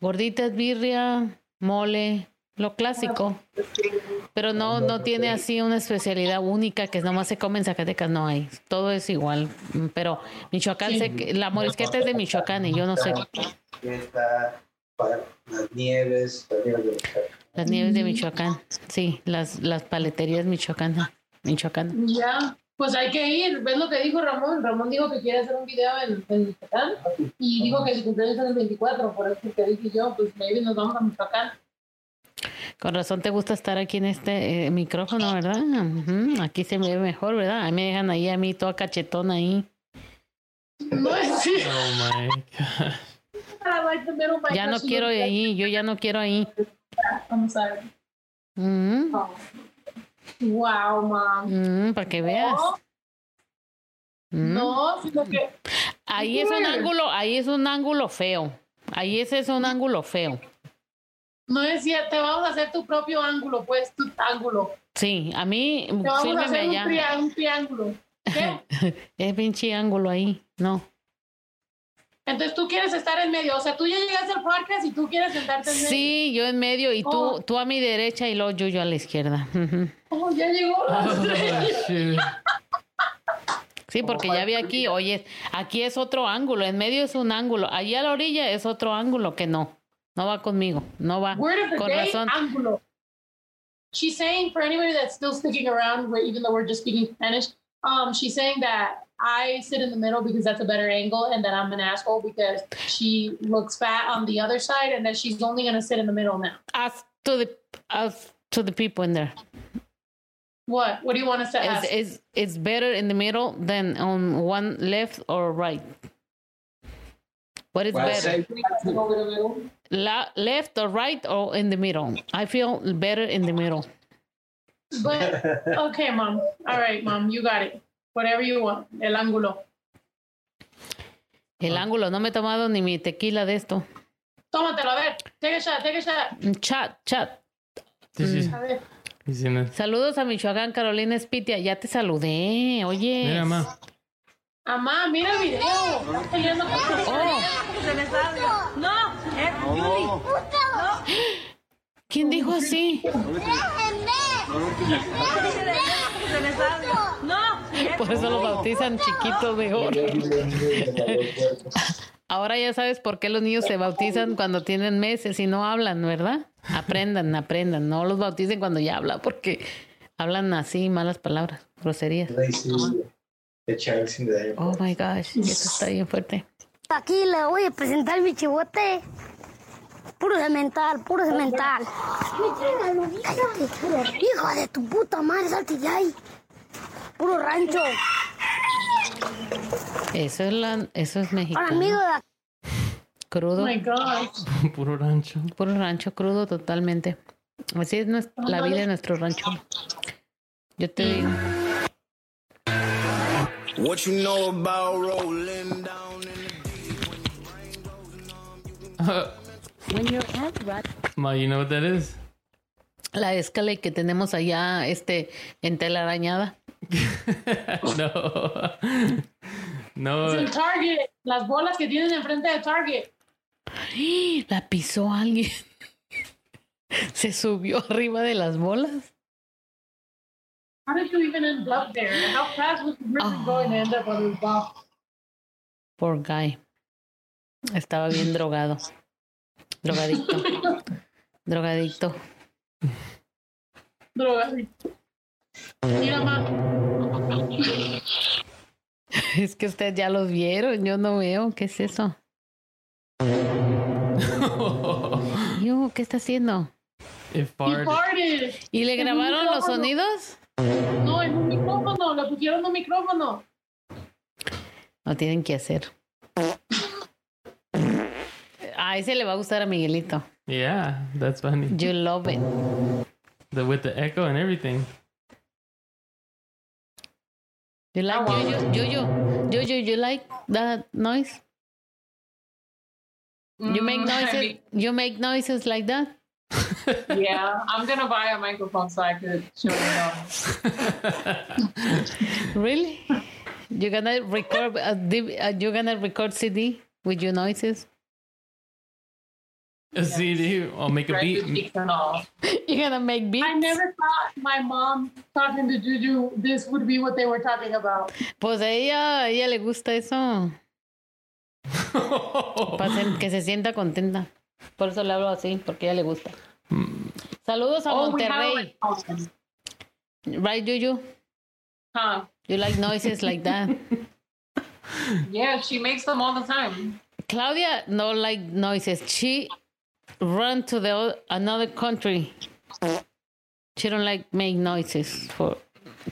gorditas, birria, mole, lo clásico. Pero no, no tiene así una especialidad única que nomás se come en Zacatecas, no hay. Todo es igual. Mm, Pero Michoacán, sé que- la morisqueta es de Michoacán y yo no sé. Fiesta, para las nieves, las nieves de Oaxaca. Las nieves de Michoacán, sí, las, las paleterías michoacanas. Michoacán. Ya, pues hay que ir. ¿Ves lo que dijo Ramón? Ramón dijo que quiere hacer un video en, en Michoacán y dijo que su cumpleaños es el 24, por eso te dije yo, pues maybe nos vamos a Michoacán. Con razón te gusta estar aquí en este eh, micrófono, ¿verdad? Ujú, Aquí se me ve mejor, ¿verdad? Ahí me dejan ahí a mí toda cachetona ahí. No es así. Oh my god. I like the middle Ya no microphone. quiero ahí, yo ya no quiero ahí. I'm sorry. Mm, Wow, mom. mm, para que veas. Mm. No, sino que Ahí es un Weird. ángulo, ahí es un ángulo feo. Ahí ese es un ángulo feo. no es cierto. Vamos a hacer tu propio ángulo, pues tu ángulo. Sí, a mí Te vamos a fírmeme hacer un, allá. tria- un triángulo. ¿Qué? Es pinche ángulo ahí, no. Entonces tú quieres estar en medio. O sea, tú ya llegaste al podcast y tú quieres sentarte en medio. Sí, yo en medio y Oh. tú, tú a mi derecha y luego yo, yo a la izquierda. Ujú. Oh, ya llegó. Sí, porque ya vi aquí, oye, aquí es otro ángulo, en medio es un ángulo, allí a la orilla es otro ángulo que no, no va conmigo, no va Word of the con day, ah. razón. ángulo. She's saying for anybody that's still sticking around, where even though we're just speaking Spanish, um, she's saying that I sit in the middle because that's a better angle, and that I'm an asshole because she looks fat on the other side, and that she's only gonna sit in the middle now. Ask to the ask to the people in there. What? What do you want us to ask? It's, it's, it's better in the middle than on one left or right. What is Well, better? say- Over the middle? La, left or right or in the middle? I feel better in the middle. But okay, mom. All right, mom, you got it. Whatever you want. El ángulo. El Ah. ángulo, no me he tomado ni mi tequila de esto. Tómatelo, a ver. Take a shot, take a shot. Mm, Chat, chat. A ver. Diciendo, Saludos a Michoacán, Carolina Espitia. Ya te saludé, oye. Mira, ma. Amá, mira el video. Está peleando con su- Oh, Se les habla. No, es Yuri. ¿Quién dijo así? Se les habla. No, es Por eso lo bautizan chiquito de oro. Ahora ya sabes por qué los niños se bautizan cuando tienen meses y no hablan, ¿verdad? Aprendan, aprendan. No los bauticen cuando ya habla porque hablan así, malas palabras, groserías. The Chunks in the airport. Oh my gosh, esto está bien fuerte. Aquí le voy a presentar mi chivote. Puro cemental, puro cemental. Cállate, Hijo de tu puta madre, salte de ahí. Puro rancho. Eso es, la, eso es Hola, mexicano. amigo de aquí. Oh Crudo. Puro rancho. Puro rancho crudo totalmente. Así es nues- la vida de nuestro rancho. Yo te digo. What you know about rolling Ma, you know what that is? La escala que tenemos allá este, en tela arañada. no. Es no. el Target. Las bolas que tienen enfrente de Target. ¡Ah! La pisó alguien. Se subió arriba de las bolas. How did you even end up there? How fast was the river going to end up on this box? Por guy. Estaba bien drogado. Drogadicto. Drogadicto. Drogadicto. Mira, ma. Es que ustedes ya los vieron. Yo no veo. ¿Qué es eso? Yo, ¿qué está haciendo? It He farted. farted. ¿Y le En un grabaron los micrófono. sonidos? No, en un micrófono. Le pusieron un micrófono. No tienen que hacer. A ese le va a gustar a Miguelito. Yeah, that's funny. You love it. The, with the echo and everything. You like yo yo yo yo yo you like that noise? You make Mm, I noises. You make noises like that. yeah, I'm gonna buy a microphone so I could show it off. Really? You're gonna record a div- uh, you're gonna record CD with your noises. A CD. I'll make a beat. You're gonna make beats. I never thought my mom talking to Juju. This would be what they were talking about. Pues a ella, a ella le gusta eso. Para hacer- que se sienta contenta. Por eso le hablo así, porque a ella le gusta. Saludos a Oh, we have, Monterrey. Right, Juju? Huh? You like noises like that? Yeah, she makes them all the time. Claudia no like noises. She run to the o- another country. She don't like make noises for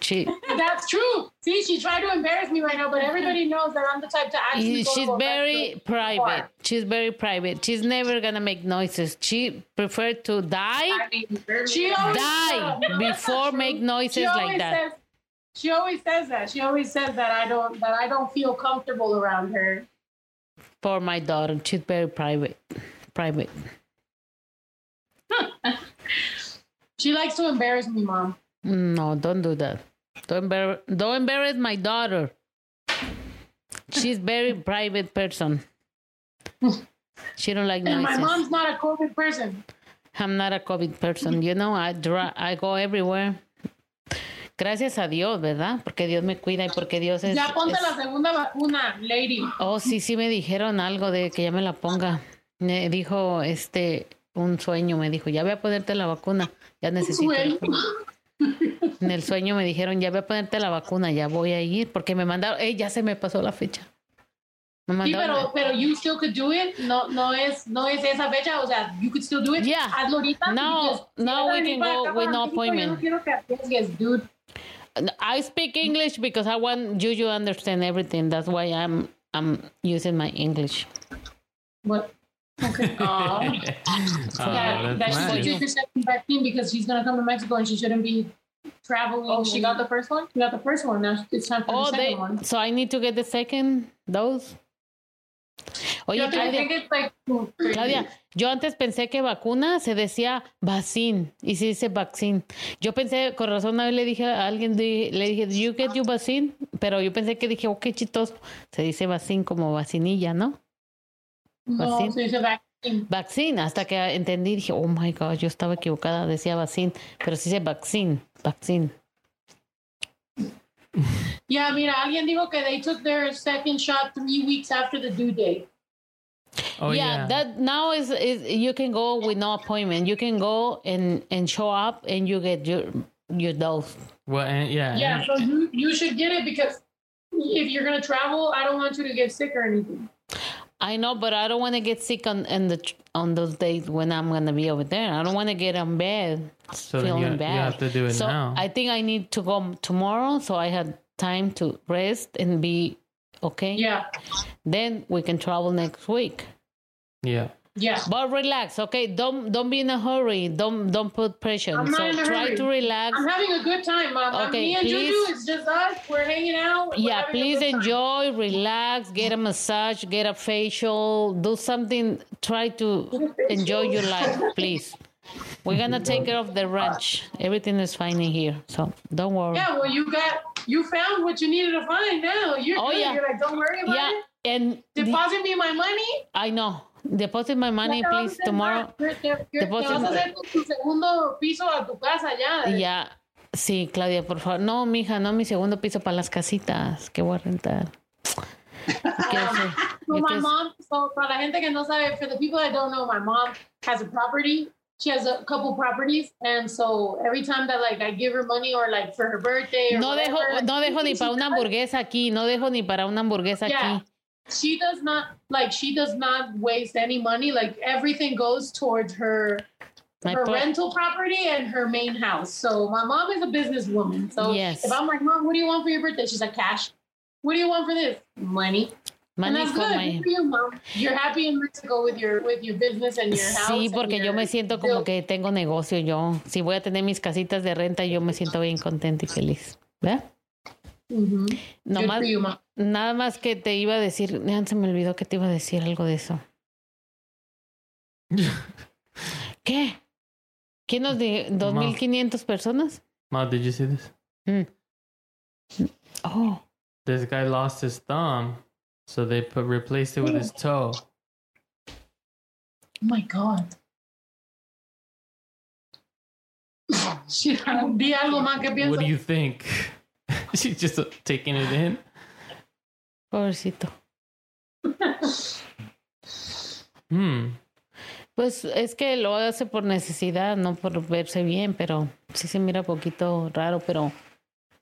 she. That's true. See, she tried to embarrass me right now, but everybody knows that I'm the type to actually. go to She's a very restaurant. private. She's very private. She's never gonna make noises. She prefer to die, She always die No, that's before not make true. noises She like always that. says- she always says that. She always says that I don't that I don't feel comfortable around her. For my daughter, she's very private, private. She likes to embarrass me, mom. No, don't do that. Don't embarrass, don't embarrass my daughter. She's very private person. She don't like And my noises. mom's not a corporate person. I'm not a COVID person, you know. I dri- I go everywhere. Gracias a Dios, ¿verdad? Porque Dios me cuida y porque Dios es. ya ponte es- la segunda vacuna, lady. Oh, sí, sí me dijeron algo de que ya me la ponga. Me dijo este un sueño, me dijo, ya voy a ponerte la vacuna, ya necesito. la sueño. vacuna". En el sueño me dijeron, ya voy a ponerte la vacuna, ya voy a ir, porque me mandaron, eh, ya se me pasó la fecha. Me Sí, pero, mandaron. pero you still could do it. No, no es, no es esa fecha. O sea, you could still do it. Yeah. Hazlo ahorita. No, no, we can go with no appointment. I speak English because I want you to understand everything. That's why I'm I'm using my English. What? Okay. Aw. Uh, Ah, yeah, that she should get the second vaccine because she's gonna come to Mexico and she shouldn't be traveling. Oh, she got the first one. She got the first one. Now it's time for Oh, the second they, one. so I need to get the second dose. Oye, Yo Claudia, think it's like two, three Claudia, weeks. yo antes pensé que vacuna se decía vaccine y se dice vaccine. Yo pensé, con razón, una vez le dije a alguien, di- le dije, "Do you get your vaccine? Pero yo pensé que dije, oh, qué chistoso. Se dice vaccine como vacinilla, ¿no? No, Vaccine. se dice vaccine. hasta que entendí, dije, oh my God, yo estaba equivocada, decía vaccine, pero se dice vaccine, vaccine. Yeah, mira, alguien dijo que they took their second shot three weeks after the due date. Oh, yeah. that now is, is you can go with no appointment. You can go and and show up and you get your your dose. Well, and, yeah. Yeah, and- so you, you should get it because if you're gonna travel, I don't want you to get sick or anything. I know, but I don't want to get sick on on the on those days when I'm gonna be over there. I don't want to get on bed So then feeling you, you bad. have to do it so now. I think I need to go tomorrow, so I had time to rest and be okay. Yeah. Then we can travel next week. yeah. Yeah. But relax, okay? Don't don't be in a hurry. Don't don't put pressure. I'm not so in a try hurry. to relax. I'm having a good time, mom. I'm- Okay, me and please. Juju, it's just us. We're hanging out. We're yeah, having a please good time. enjoy, relax, get a massage, get a facial, do something. Try to enjoy your life, please. We're gonna take care of the ranch. Everything is fine in here, so don't worry. Yeah, well, you got you found what you needed to find. Now you're Oh, good. yeah. You're like, don't worry about Yeah, it. and Deposit me my money. I know. Deposit my money, Ya te vas a please, hacer tomorrow. más. Te- te- te Deposit vas a my- hacer tu segundo piso a tu casa ya. Ya. Sí, Claudia, por favor. No, mija, no mi segundo piso para las casitas que voy a rentar. So You my can- mom, so for la gente que no sabe, for the people that don't know, my mom has a property. She has a couple properties, and so every time that like I give her money or like for her birthday, or No dejo, whatever, no dejo ni para una hamburguesa aquí, no dejo ni para una hamburguesa Yeah. aquí. She does not like she does not waste any money. Like everything goes towards her My her pro- rental property and her main house. So my mom is a businesswoman. So Yes. if I'm like, Mom, what do you want for your birthday? She's like, Cash. What do you want for this? Money. and Money that's for good. my- Good for you, mom. You're happy in Mexico with your with your business and your house. Sí, porque yo me siento como que tengo negocio yo. Si voy a tener mis casitas de renta, yo me siento bien contenta y feliz. ¿Verdad? Mm-hmm. No más, nada más que te iba a decir, ya se me olvidó que te iba a decir algo de eso. ¿Qué? ¿Quién nos dijo? ¿2.500 personas? Ma, did you see this? Oh. This guy lost his thumb, so they put replaced it with his toe. Oh my God. Di algo más que pienso. What do you think? She's just uh, taking it in. Pobrecito. Hmm. Pues es que lo hace por necesidad, no por verse bien, pero sí se mira poquito raro, pero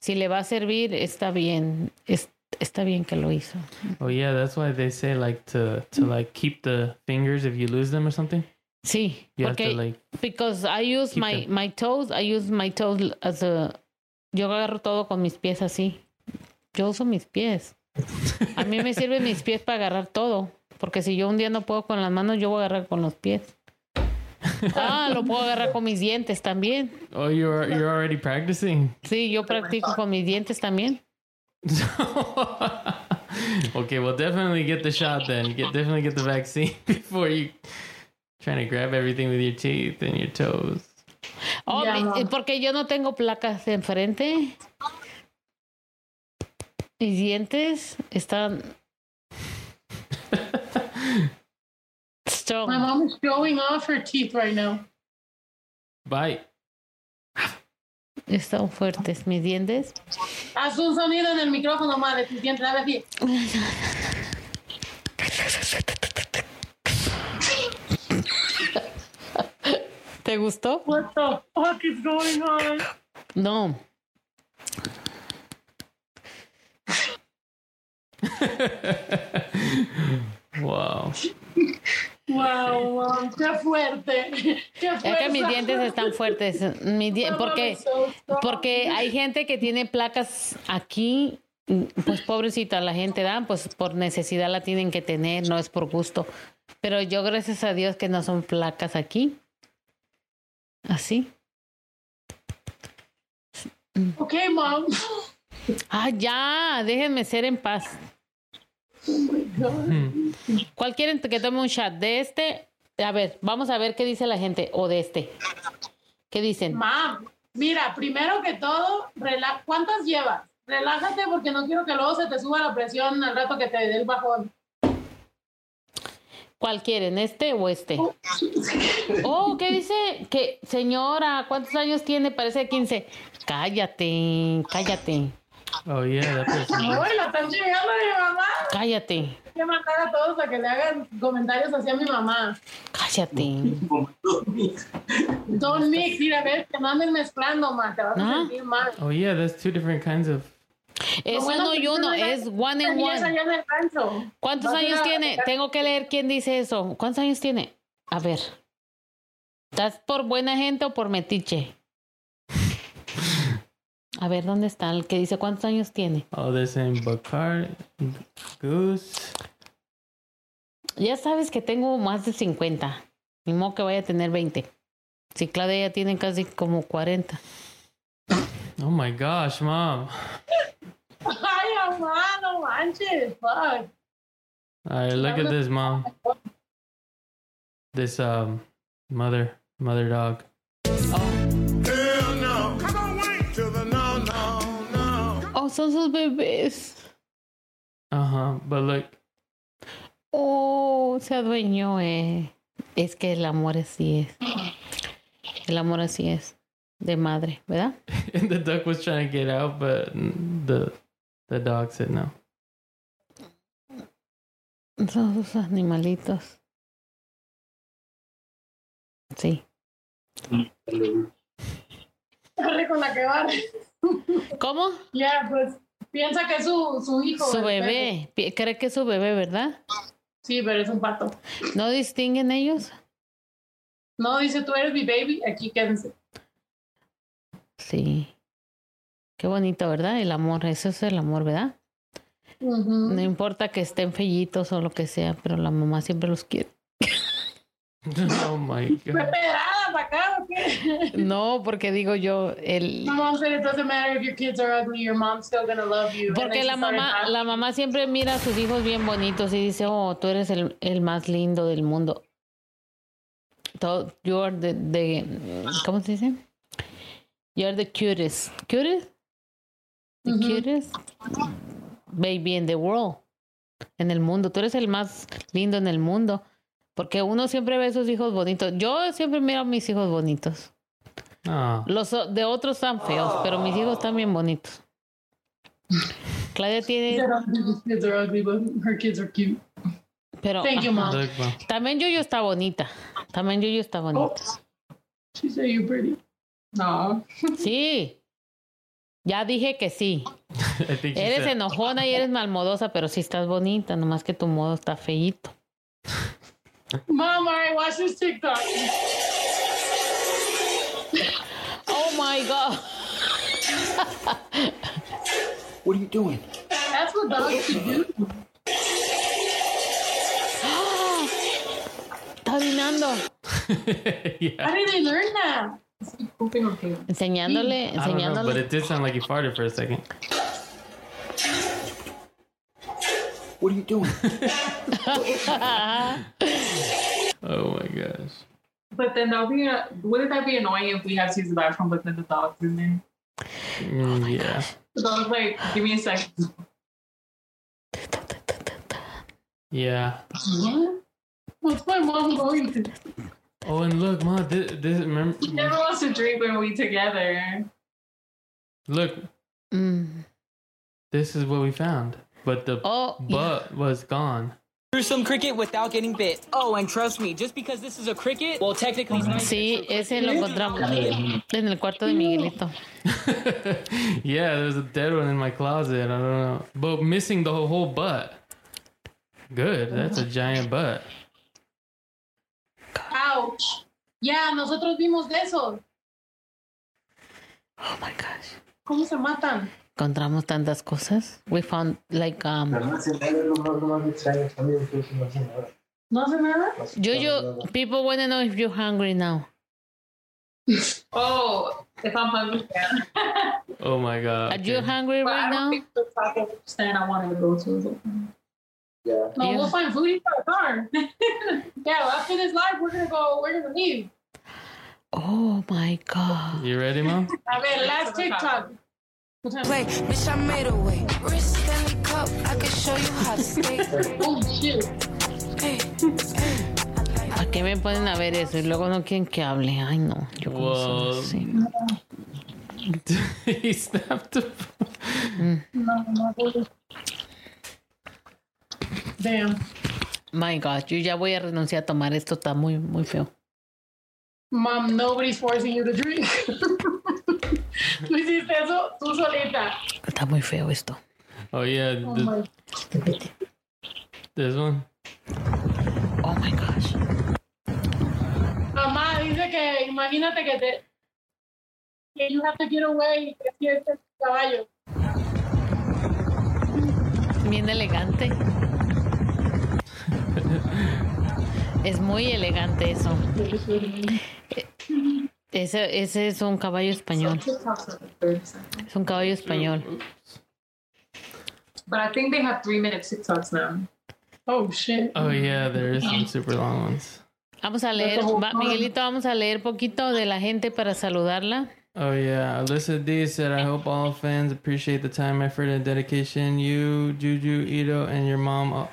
si le va a servir, está bien. Es- está bien que lo hizo. Oh yeah, that's why they say like to to like keep the fingers if you lose them or something. Sí, You have porque to like because I use keep my them. my toes, I use my toes as a yo agarro todo con mis pies así. Yo uso mis pies. A mí me sirven mis pies para agarrar todo, porque si yo un día no puedo con las manos, yo voy a agarrar con los pies. Ah, lo puedo agarrar con mis dientes también. Oh, you're you're already practicing. Sí, yo practico con mis dientes también. Okay, well definitely get the shot then. Get definitely get the vaccine before you trying to grab everything with your teeth and your toes. Oh, Ya, mi- ma. eh, porque yo no tengo placas de enfrente. Mis dientes están strong. My mom is showing off her teeth right now. Bye. Están fuertes mis dientes. Haz un sonido en el micrófono, madre. Tus dientes, a ver, di. ¿Te gustó? What the fuck is Oh, going on? No. Wow. Wow, wow, qué fuerte. Qué fuerte. Es que mis dientes están fuertes. Mis die- porque, porque hay gente que tiene placas aquí. Pues pobrecita la gente dan, pues por necesidad la tienen que tener, no es por gusto. Pero yo gracias a Dios que no son placas aquí. Así. Ok, mom. Ah, ya, déjenme ser en paz. ¿Cuál quieren que tome un shot? ¿De este? A ver, vamos a ver qué dice la gente. ¿O de este? ¿Qué dicen? Mam, mira, primero que todo, rela- ¿cuántas llevas? Relájate porque no quiero que luego se te suba la presión al rato que te dé el bajón. ¿Cuál quieren? ¿Este o este? Oh, ¿qué dice? Que, señora, ¿cuántos años tiene? Parece 15. Cállate, cállate, Oh yeah, that person. Ay, la están llegando a mi mamá. cállate, Hay que mandar a todos a que le hagan comentarios hacia mi mamá. cállate. Don Mix, mira, ves, que no anden mezclando, ma, te vas Ah. a sentir mal. Oh yeah, that's two different kinds of Es Lo bueno uno que y tú uno, no eres es one and niña allá one. en el rancho. ¿Cuántos Vas a ir años a- tiene? Tengo que leer quién dice eso. ¿Cuántos años tiene? A ver. ¿Estás por buena gente o por metiche? A ver, ¿dónde está el que dice cuántos años tiene? oh they're saying Bacard, Goose. Ya sabes que tengo más de 50. Ni modo que vaya a tener 20. Si Claudia ya tiene casi como 40. Oh my gosh, mom. Ay, mamá, no manches, fuck. Alright, look at this mom. This um mother mother dog. Hell no. Come on, wait till the no, no, no. Oh, son sus bebés. Uh-huh. But look, Oh, se adueñó, eh. Es que el amor así es. El amor así es. De madre, ¿verdad? and the duck was trying to get out, but the the dog said no. Son sus animalitos. Sí. Corre con la que va. ¿Cómo? Ya, pues piensa que es su, su hijo. Su el bebé. Pi- Cree que es su bebé, ¿verdad? Sí, pero es un pato. ¿No distinguen ellos? No, dice tú eres mi baby, aquí quédense. Sí. Qué bonito, ¿verdad? El amor, eso es el amor, ¿verdad? Ujú. No importa que estén fellitos o lo que sea, pero la mamá siempre los quiere. oh my ¿Fue god. pedrada para acá o qué? No, porque digo yo, el... My mom said it doesn't matter if your kids are ugly, your mom's still gonna love you. And Porque then la she started mamá, laughing. la mamá siempre mira a sus hijos bien bonitos y dice, oh, tú eres el, el más lindo del mundo. To- You are the, the- ¿cómo se dice? You are the cutest. ¿Cutest? The cutest baby in the world. En el mundo. Tú eres el más lindo en el mundo. Porque uno siempre ve a sus hijos bonitos. Yo siempre miro a mis hijos bonitos. Ah. Los o- de otros están feos, pero mis hijos están bien bonitos. Claudia tiene. They're ugly. His kids are ugly, but her kids are cute. Pero, Thank you, Mom. Look, Mom. También Yuyu está bonita. También Yuyu está bonita. She said you're pretty. No. Sí. Ya dije que sí. I think she Eres said- enojona y eres malmodosa, pero sí estás bonita, nomás que tu modo está feíto. Mom, all right, watch this TikTok. Oh my god. What are you doing? That's what dogs should do. Está orinando. How yeah. did they learn that? Pooping on paper. Enseñándole, I don't know, enseñándole. but it did sound like he farted for a second. What are you doing? Oh my gosh. But then that'll be. A, wouldn't that be annoying if we have to use the bathroom, but then the dog's in there? Mm, yeah. The dog's like, give me a second. Yeah. What? What's my mom going to? Oh, and look, ma, this, this remember, He never wants to drink when we together. look, this is what we found, but the oh, butt was gone. Through some cricket without getting bit. Oh, and trust me, just because this is a cricket, well, technically, it's not Sí, ese lo encontramos en el cuarto de Miguelito. Yeah, there's a dead one in my closet. I don't know, but missing the whole butt. Good, that's a giant butt. Ouch. Yeah, nosotros vimos de eso. Oh my gosh. ¿Cómo se matan? Encontramos tantas cosas. We found like um No hace nada. yo yo people want to know if you're hungry now. Oh, if I'm hungry, yeah. Oh my god. Are you hungry right now? Stand, I wanted to go to. Yeah. No, we'll find food for a car. yeah, after this live, we're gonna go. We're gonna leave. Oh my god. You ready, mom? A ver, last TikTok. Wait, bitch, I made a way. Wrist Stanley cup, I can show you how to skate. oh shit. Hey, ¿Para qué me ponen a ver eso y luego no quieren que hable? Ay no, yo como soy Well, así. he snapped. a- No, no, no. Damn. My god, yo ya voy a renunciar a tomar esto, está muy muy feo. Mom, nobody's forcing you to drink. Tú hiciste eso tú solita. Está muy feo esto. Oh yeah, th- Oh my. this one. Oh my gosh. Mamá dice que imagínate que te que you have to get away y te sientes caballo. Bien elegante. Es muy elegante eso. E, Ese, ese es un caballo español. Es un caballo español. But I think they have three minute TikToks now. Oh shit. Oh yeah, there is some super long ones. Vamos a leer, va- Miguelito, vamos a leer poquito de la gente para saludarla. Oh yeah, Alyssa D said, "I hope all fans appreciate the time, effort, and dedication you, Juju, Ito, and your mom uh,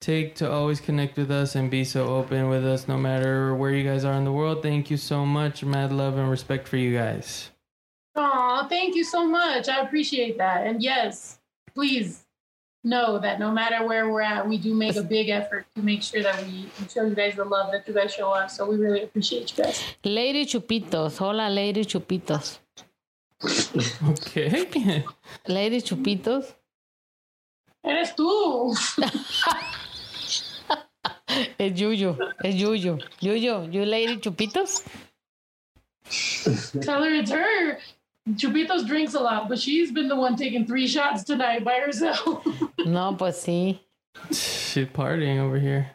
take to always connect with us and be so open with us, no matter where you guys are in the world. Thank you so much. Mad love and respect for you guys." Aw, thank you so much. I appreciate that. And yes, please know that no matter where we're at, we do make a big effort to make sure that we we show you guys the love that you guys show us. So we really appreciate you guys. Lady Chupitos, hola Lady Chupitos. Okay. Lady Chupitos. Eres tú. Es Yuyo, es Yuyo. Yuyo, you Lady Chupitos. Tell her it's her. Chupitos drinks a lot, but she's been the one taking three shots tonight by herself. No, pues sí. She's partying over here.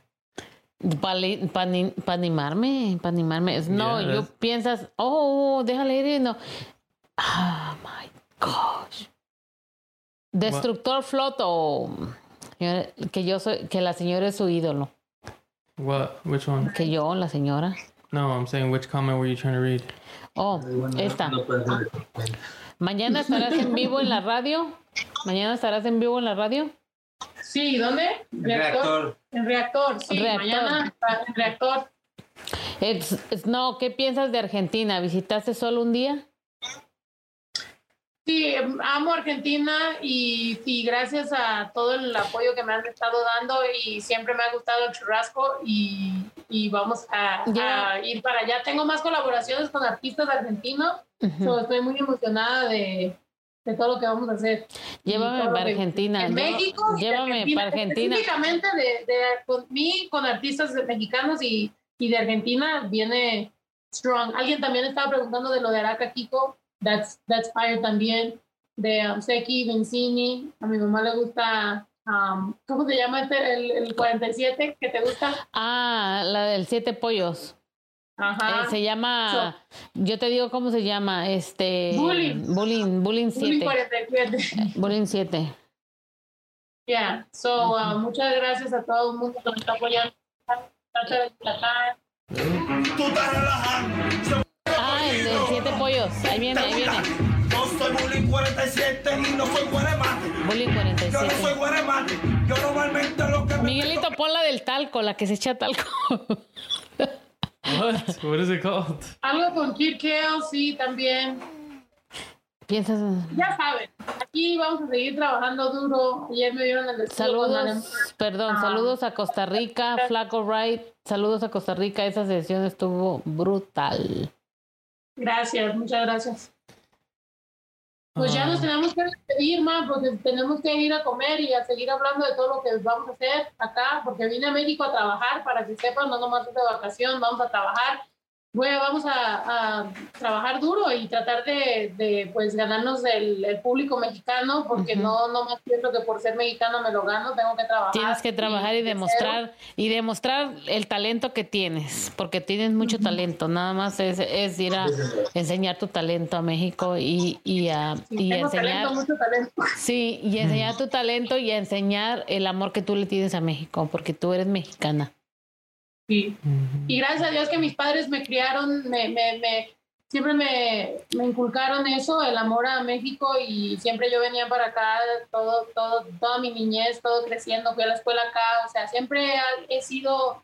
Para animarme, para animarme. Es- No, Yeah, yo that's- piensas, oh, déjale ir. y No. Ah, my gosh. Destructor Floto. Señora- Que yo soy, que la señora es su ídolo. What? Which one? Que yo, la señora. No, I'm saying which comment were you trying to read? Oh, esta. Mañana estarás en vivo en la radio. Mañana estarás en vivo en la radio. Sí, ¿dónde? Reactor. En reactor, sí, Reactor. mañana ah, en reactor. Es- es- no, ¿qué piensas de Argentina? ¿Visitaste solo un día? Sí, em, amo Argentina y, y gracias a todo el apoyo que me han estado dando y siempre me ha gustado el churrasco y, y vamos a, Ya. a ir para allá. Tengo más colaboraciones con artistas argentinos, Ujú. so, estoy muy emocionada de, de todo lo que vamos a hacer. Llévame Y todo para lo que- Argentina, En lleva- México. y de llévame para Argentina. Específicamente de, de con mí, con artistas mexicanos y, y de Argentina viene Strong. Alguien también estaba preguntando de lo de Araka Kiko. That's, that's Fire también. De um, Seki, Benzini. A mi mamá le gusta. um, ¿Cómo se llama este? El, el 47 que te gusta. Ah, la del siete pollos. Ajá. Eh, se llama, yo te digo cómo se llama, este... Bullying. Bullying, Bullying 7. Bullying 47. Bullying 7. Yeah, so uh, muchas gracias a todo el mundo que nos está apoyando. Trata de destacar. Ah, el del siete pollos. Ahí viene, ahí viene. Yo soy Bullying 47 y no soy guaremate. Bullying 47. Yo no soy guaremate. Yo normalmente lo que Miguelito, pon la del talco, la que se echa talco. What? What is it called? Algo con Kid Kale, sí, también. Piensas... Ya saben, aquí vamos a seguir trabajando duro. Ayer me vieron en el Ah. estudio cuando le- Saludos, perdón, saludos a Costa Rica, Flaco Wright, saludos a Costa Rica, esa sesión estuvo brutal. Gracias, muchas gracias. Pues ya Ah. nos tenemos que despedir, ma, porque tenemos que ir a comer y a seguir hablando de todo lo que vamos a hacer acá, porque vine a México a trabajar, para que sepan, no nomás es de vacación, vamos a trabajar. Bueno, vamos a, a trabajar duro y tratar de, de, pues, ganarnos el, el público mexicano, porque no nomás pienso que por ser mexicano me lo gano, tengo que trabajar. Tienes que trabajar y de cero. demostrar y demostrar el talento que tienes, porque tienes mucho talento, nada más es, es ir a enseñar tu talento a México y, y a y Tengo enseñar talento, mucho talento. sí, y enseñar tu talento y a enseñar el amor que tú le tienes a México, porque tú eres mexicana. Sí. Y gracias a Dios que mis padres me criaron, me, me, me- siempre me, me inculcaron eso, el amor a México y siempre yo venía para acá, todo, todo, toda mi niñez, todo creciendo, fui a la escuela acá, o sea, siempre ha- he sido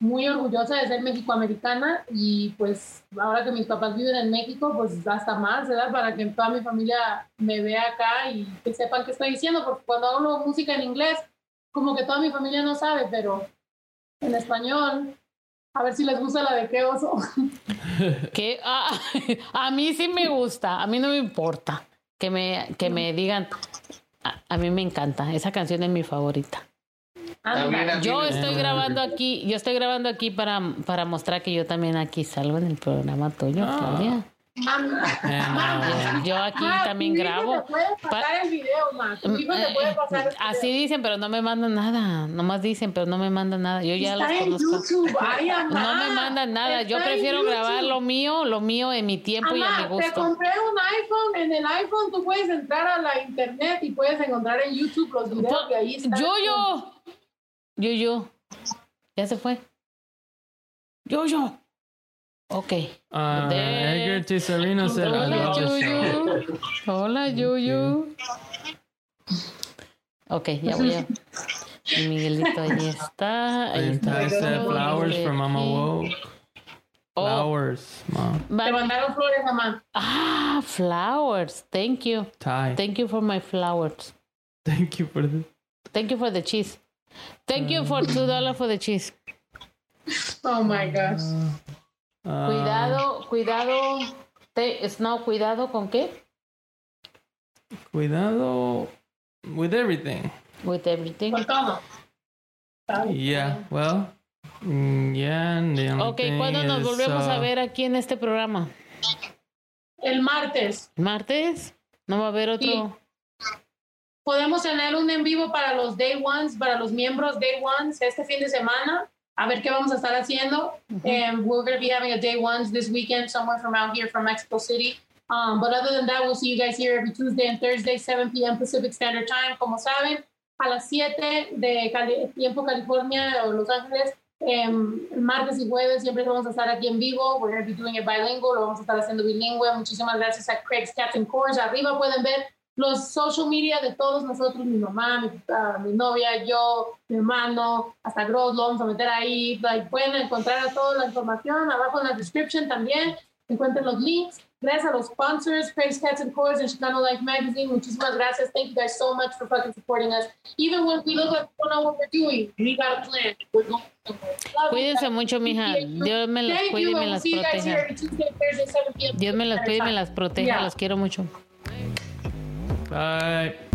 muy orgullosa de ser mexicoamericana y pues ahora que mis papás viven en México, pues hasta más, ¿verdad? Para que toda mi familia me vea acá y que sepan qué estoy diciendo, porque cuando hablo música en inglés, como que toda mi familia no sabe, pero en español. A ver si les gusta la de qué oso. que ah, a mí sí me gusta, a mí no me importa que me, que me digan. A, a mí me encanta, esa canción es mi favorita. Ándale. Yo estoy grabando aquí, yo estoy grabando aquí para, para mostrar que yo también aquí salgo en el programa tuyo, Claudia. uh, Yo aquí Ah, también tu hijo grabo. Te puede pasar Pa- Mm, eh, el video, ma. Tu hijo te puede pasar este el Así dicen, pero no me mandan nada. Nomás dicen, pero no me mandan nada. Yo ya Está los en conozco. YouTube, ay, amá. no me mandan nada. Yo Está en prefiero YouTube. grabar lo mío, lo mío en mi tiempo y a mi Amá, te gusto. compré un iPhone. En el iPhone tú puedes entrar a la internet y puedes encontrar en YouTube los videos que ahí están. Yuyo. Yuyo. Ya se fue. Yuyo. Ok. Uh, There. Edgar T. Serino said, I Hola, love this show. Yuyu. Hola, Yuyu. Ok, ya voy a. Miguelito, ahí está. Ahí está. I said flowers Este, from Mama Woke. Oh, Flowers, mom. Te mandaron flores, mamá. Ah, flowers. Thank you. Ty. Thank you for my flowers. Thank you for this. Thank you for the cheese. Thank you for two dollars for the cheese. Oh my Mm. gosh. Uh, Cuidado, cuidado. Te, no, cuidado con qué? Cuidado with everything. With everything. Con todo. Yeah, well, mm, yeah. And the only Ok, thing ¿cuándo nos is, volvemos a uh, ver aquí en este programa? El martes. ¿Martes? ¿No va a haber otro? Podemos tener un en vivo para los Day Ones, para los miembros Day Ones este fin de semana. A ver qué vamos a estar haciendo. And we're going to be having a Day Ones this weekend, somewhere from out here from Mexico City. Um, but other than that, we'll see you guys here every Tuesday and Thursday, 7 p.m. Pacific Standard Time. Como saben, a las 7 de Cali- tiempo California o Los Ángeles. em, martes y jueves siempre vamos a estar aquí en vivo. We're going to be doing it bilingual, lo vamos a estar haciendo bilingüe. Muchísimas gracias a Craig's Cats and Corns. Arriba pueden ver los social media de todos nosotros, mi mamá, mi, ah, mi novia, yo, mi hermano, hasta Gross, lo vamos a meter ahí. Like, pueden encontrar a toda la información abajo en la description también. Encuentren los links. Gracias a los sponsors, Praise Cats and Cores and Chicano Life Magazine. Muchísimas gracias. Thank you guys so much for fucking supporting us. Even when we look like we don't know what we're doing, we got a plan. We're going somewhere. Love you Cuídense guys. mucho, mija. Dios me las Thank cuide y you. me and we'll las see you guys here proteja. every Tuesday, Thursday, 7 p.m. Dios me las cuide y me las proteja. Yeah. Los quiero mucho. Bye.